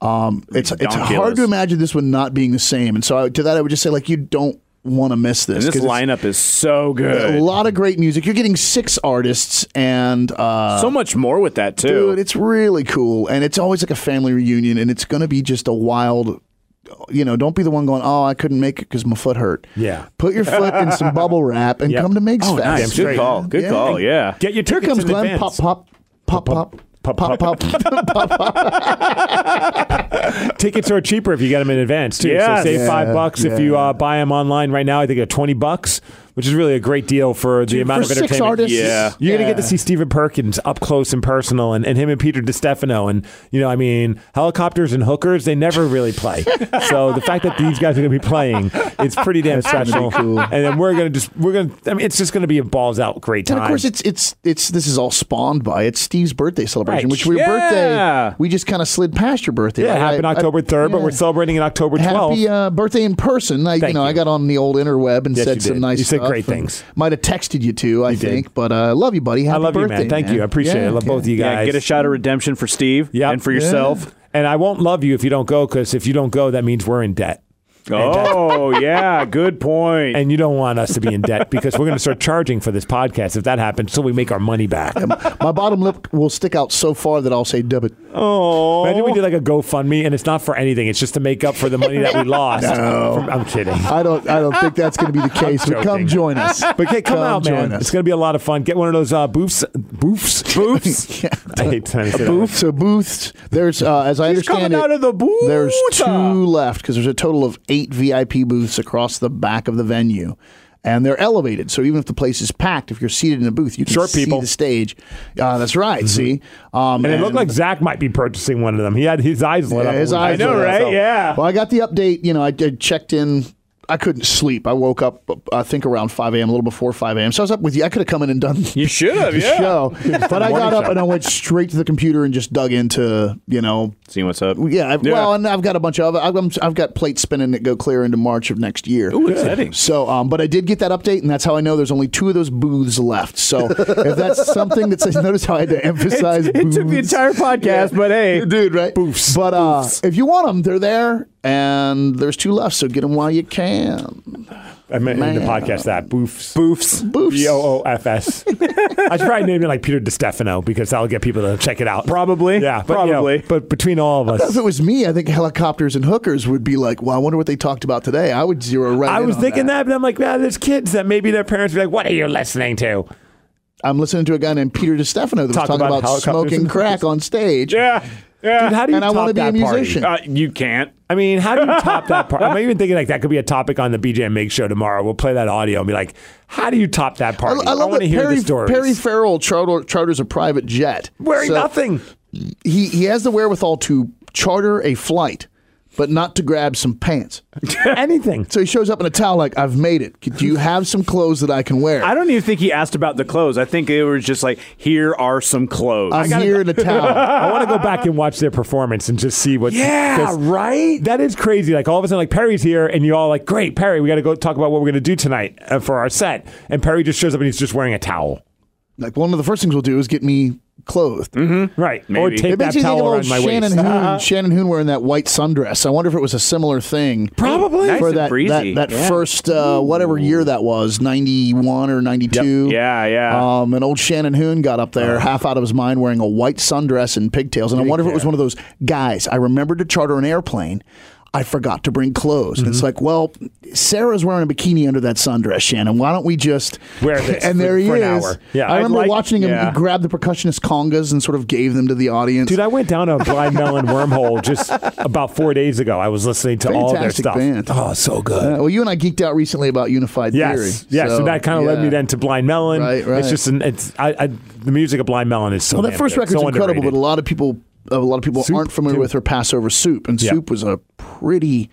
Um, it's it's Ridiculous. hard to imagine this one not being the same. And so I, to that, I would just say, like, you don't want to miss this. And this 'cause it's- lineup is so A good. lot of great music. You're getting six artists and uh, So much more with that too. Dude, it's really cool, and it's always like a family reunion, and it's gonna be just a wild. You know, don't be the one going, "Oh, I couldn't make it because my foot hurt." Yeah. Put your foot in some bubble wrap and come to Migs Oh, Fest. nice. Good Straight. call. Good call, yeah. Get your Here tickets comes in Glenn. advance. Pop, pop, pop, pop, pop, pop, pop. Tickets are cheaper if you get them in advance too. Yes. So save Yeah, five bucks if you uh, buy them online right now. I think at twenty bucks, which is really a great deal for the amount for of six entertainment. artists? Yeah. you're gonna get to Yeah. see Stephen Perkins up close and personal, and, and him and Peter DiStefano, and you know, I mean, helicopters and hookers they never really play. so the fact that these guys are gonna be playing, it's pretty damn gonna be special. cool. And then we're gonna just we're gonna. I mean, it's just gonna be a balls out great time. And of course, it's it's it's this is all spawned by it's Steve's birthday celebration, Right. which for your Yeah. birthday we just kind of slid past your birthday. yeah, it Like, I- happened I- October third, but yeah. we're celebrating it October twelfth. Happy uh, birthday in person. I, you Thank know, I you. got on the old interweb and Yes, you said some did. nice You said stuff great and things. Might have texted you too, I did. think. But uh, love you, buddy. Happy I love birthday, you, man. Thank you. I appreciate Yeah, it. I love yeah. both of you guys. Yeah, get a shot of redemption for Steve Yep. and for yourself. And I won't love you if you don't go, because if you don't go, that means we're in debt. Oh, yeah, good point. And you don't want us to be in debt because we're going to start charging for this podcast if that happens, so we make our money back. My bottom lip will stick out so far that I'll say debit. oh, Imagine we did like a GoFundMe, and it's not for anything; it's just to make up for the money that we lost. No. From- I'm kidding. I don't. I don't think that's going to be the case. But joking. come join us. But hey, come, out, join man! us. It's going to be a lot of fun. Get one of those uh, boofs, boofs, boofs. I hate trying to say that. Booth. So booths. There's, uh, as I understand coming it, out of the booth. there's two left because there's a total of eight VIP booths across the back of the venue, and they're elevated. So even if the place is packed, if you're seated in a booth, you can Short see people. the stage. Uh, that's right. See, um, Mm-hmm. And it looked like Zach might be purchasing one of them. He had his eyes lit yeah, up. his when we eyes. saw were that, up. so- Yeah. Well, I got the update. You know, I, did checked in. I couldn't sleep. I woke up, I think around 5 a.m., a little before 5 a.m. So I was up with you. I could have come in and done You should have, the yeah. show. But I morning got up show. and I went straight to the computer and just dug into, you know, See what's up. yeah, I've, Yeah. Well, and I've got a bunch of I've, I've got plates spinning that go clear into March of next year. Ooh, exciting. So, um, but I did get that update, and that's how I know there's only two of those booths left. So, if that's something that says, notice how I had to emphasize. It- it took the booths. entire podcast, but hey. dude, right? Boofs. But uh, Boofs. if you want them, they're there, and there's two left. So get them while you can. I meant in the Man. podcast that boofs. Boofs. Boofs. B O O F S. I should probably name it like Peter DiStefano because that'll get people to check it out. Probably. Yeah, but, you know, Probably. but between all of If us, it was me, I think helicopters and hookers would be like, "Well, I wonder what they talked about today." I would zero right. I in was on thinking that. but I'm like, yeah, there's kids that maybe their parents would be like, what are you listening to? I'm listening to a guy named Peter DiStefano that was Talk talking about about, helicopters smoking and crack on stage. Yeah. Yeah. Dude, how do you And I top wanna be a that party? musician. uh, you can't. I mean, how do you top that part? I'm even thinking like that could be a topic on the BJ and Mig show tomorrow. We'll play that audio and be like, how do you top that I, party? I love want to that hear Perry, the stories. Perry Farrell charter, charters a private jet. Wearing So nothing. He, he has the wherewithal to charter a flight, but not to grab some pants. Anything. So he shows up in a towel like, I've made it. Do you have some clothes that I can wear? I don't even think he asked about the clothes. I think it was just like, here are some clothes. I'm here in a towel. I want to go back and watch their performance and just see what. Yeah, 'cause right? That is crazy. Like all of a sudden, like Perry's here, and you all like, great, Perry, we got to go talk about what we're going to do tonight uh, for our set. And Perry just shows up and he's just wearing a towel. like, one of the first things we'll do is get me clothed. Right. Or Mm-hmm. Maybe. Ah. take It that makes you think towel of around old my Shannon waist. Hoon, Shannon Hoon wearing that white sundress. I wonder if it was a similar thing. Probably. Nice for and that breezy. that, that Yeah. first uh, whatever year that was, ninety one or ninety two. Yep. Yeah, yeah. Uh-huh. Um, and old Shannon Hoon got up there, half out of his mind, wearing a white sundress and pigtails. And I wonder if it was one of those guys. I remembered to charter an airplane. I forgot to bring clothes. And Mm-hmm. it's like, well, Sarah's wearing a bikini under that sundress, Shannon. Why don't we just Wear this and for- there he for an is. hour. Yeah. I I'd remember like- watching him yeah. grab the percussionist congas and sort of gave them to the audience. Dude, I went down a Blind Melon wormhole just about four days ago. I was listening to all their Fantastic stuff. band. Oh, so good. Uh, well, you and I geeked out recently about unified theory. Yes, yeah. So, that kind of led yeah. me then to Blind Melon. Right, right. It's just an, it's I, I, the music of Blind Melon is so. well, that damn first good, record's so incredible, underrated. but a lot of people, a lot of people aren't familiar with her Passover soup, and Yeah. soup was a pretty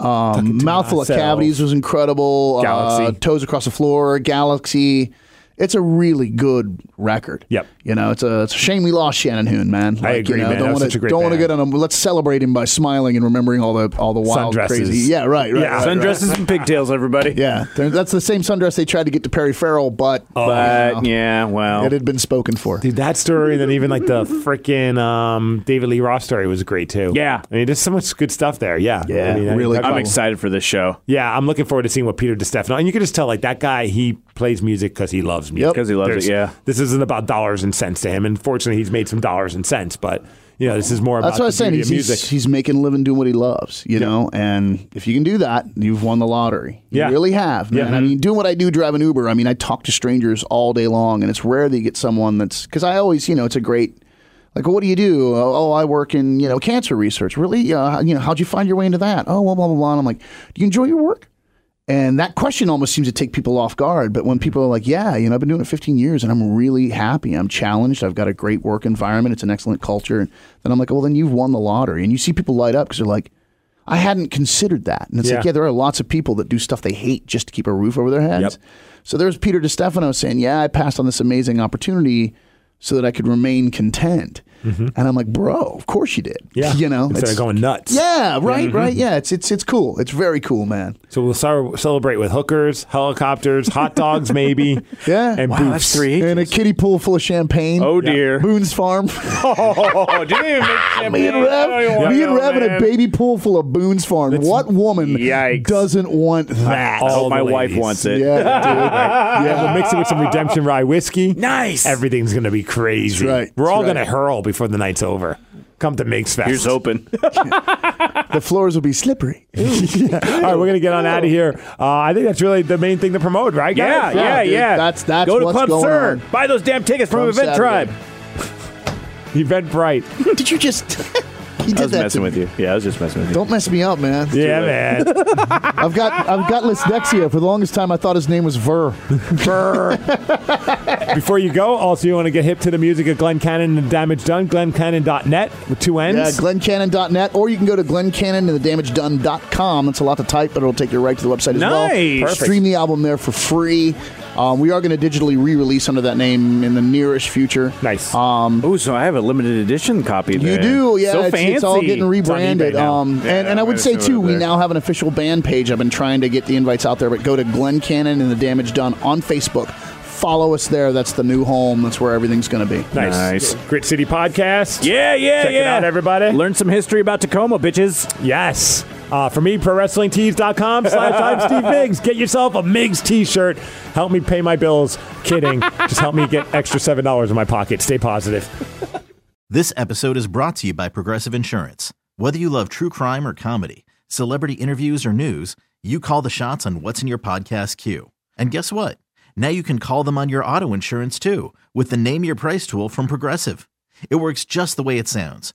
um, mouthful of myself. cavities was incredible. Uh, Galaxy. toes across the floor, galaxy. It's a really good record. Yep. You know, it's a, it's a shame we lost Shannon Hoon, man. Like, agree, you man. know, That Don't was such a want to great don't want to band. get on him. Let's celebrate him by smiling and remembering all the all the wild Sundresses. crazy. Yeah, right, right. Yeah. right, right. Sundresses and pigtails, everybody. Yeah, they're- that's the same sundress they tried to get to Perry Farrell, but Oh, But you know, yeah, well, it had been spoken for. Dude, that story, and then even like the freaking um, David Lee Roth story was great too. Yeah. I mean, there's so much good stuff there. Yeah, yeah, I mean, I- really. I- I'm excited for this show Yeah, I'm looking forward to seeing what Peter DiStefano. And you can just tell, like that guy, he plays music because he loves music. 'Cause he loves it, yeah. this isn't about dollars and cents to him. And fortunately, he's made some dollars and cents. But you know, this is more about That's what I was the saying. beauty He's, of music. he's, he's making a living doing what he loves, you know. And if you can do that, you've won the lottery. You Yeah. really have, man. Yeah. I mean, doing what I do, driving Uber. I mean, I talk to strangers all day long, and it's rare that you get someone that's because I always, you know, it's a great. Like, what do you do? Oh, I work in you know cancer research. Really? Uh, you know, how'd you find your way into that? Oh, blah blah blah. blah. And I'm like, do you enjoy your work? And that question almost seems to take people off guard. But when people are like, yeah, you know, I've been doing it 15 years and I'm really happy. I'm challenged. I've got a great work environment. It's an excellent culture. And then I'm like, well, then you've won the lottery. And you see people light up because they're like, I hadn't considered that. And it's like, Yeah. yeah, there are lots of people that do stuff they hate just to keep a roof over their heads. So there's Peter DiStefano saying, yeah, I passed on this amazing opportunity so that I could remain content. And I'm like, bro, of course you did. Mm-hmm. Yeah. You know, Instead of it's- going nuts. Yeah, right, Mhm. right. Yeah, it's, it's, it's cool. It's very cool, man. So we'll cel- celebrate with hookers, helicopters, hot dogs, maybe. Yeah. and Wow, booths. that's three And a kiddie pool full of champagne. Oh, dear. Boone's Farm. Oh, didn't even make champagne. me and Rev, Oh, me and no, Rev in a man. baby pool full of Boone's Farm. what woman Yikes. doesn't want that? I hope Oh, my wife wants it. Yeah, dude. Yeah, we'll mix it with some redemption rye whiskey. Nice. Everything's gonna be crazy. That's right. We're all That's right. gonna hurl before the night's over. Come to Mix Fest. Here's open. the floors will be slippery. All right, we're gonna get on out of here. Uh, I think that's really the main thing to promote, right? Yeah, guys? yeah, dude, yeah. that's- that's Go to what's Club going Sir. on. Buy those damn tickets from, Come Event Saturday. Tribe. Event Bright. Did you just? he did I was that. To messing me. with you. Yeah, I was just messing with you. Don't mess me up, man. Yeah, man. I've got I've got Lisdexia. For the longest time, I thought his name was Ver. Before you go, also you want to get hip to the music of Glenn Cannon and Damage Done. GlennCannon.net with two N's. Yeah, glencannon.net, or you can go to glencannon and thedamagedone.com. That's a lot to type, but it'll take you right to the website as Nice. well. Perfect. Stream the album there for free. Um, we are going to digitally re-release under that name in the nearest future. Um, nice. Oh, so I have a limited edition copy. You there. do, yeah. So it's, fancy. it's all getting on eBay rebranded. now. Um, Yeah, and, and I I'm would gonna say throw it too, we there. now have an official band page. I've been trying to get the invites out there, but go to Glenn Cannon and the Damage Done on Facebook. Follow us there. That's the new home. That's where everything's going to be. nice. nice. Grit City Podcast. Yeah, yeah, Check yeah. it out, everybody. Learn some history about Tacoma, bitches. Yes. Uh, for me, prowrestlingtees.com slash I'm Steve Miggs. Get yourself a Miggs t-shirt. Help me pay my bills. Kidding. Just help me get extra $7 in my pocket. Stay positive. This episode is brought to you by Progressive Insurance. Whether you love true crime or comedy, celebrity interviews or news, you call the shots on what's in your podcast queue. And guess what? Now you can call them on your auto insurance too with the Name Your Price tool from Progressive. It works just the way it sounds.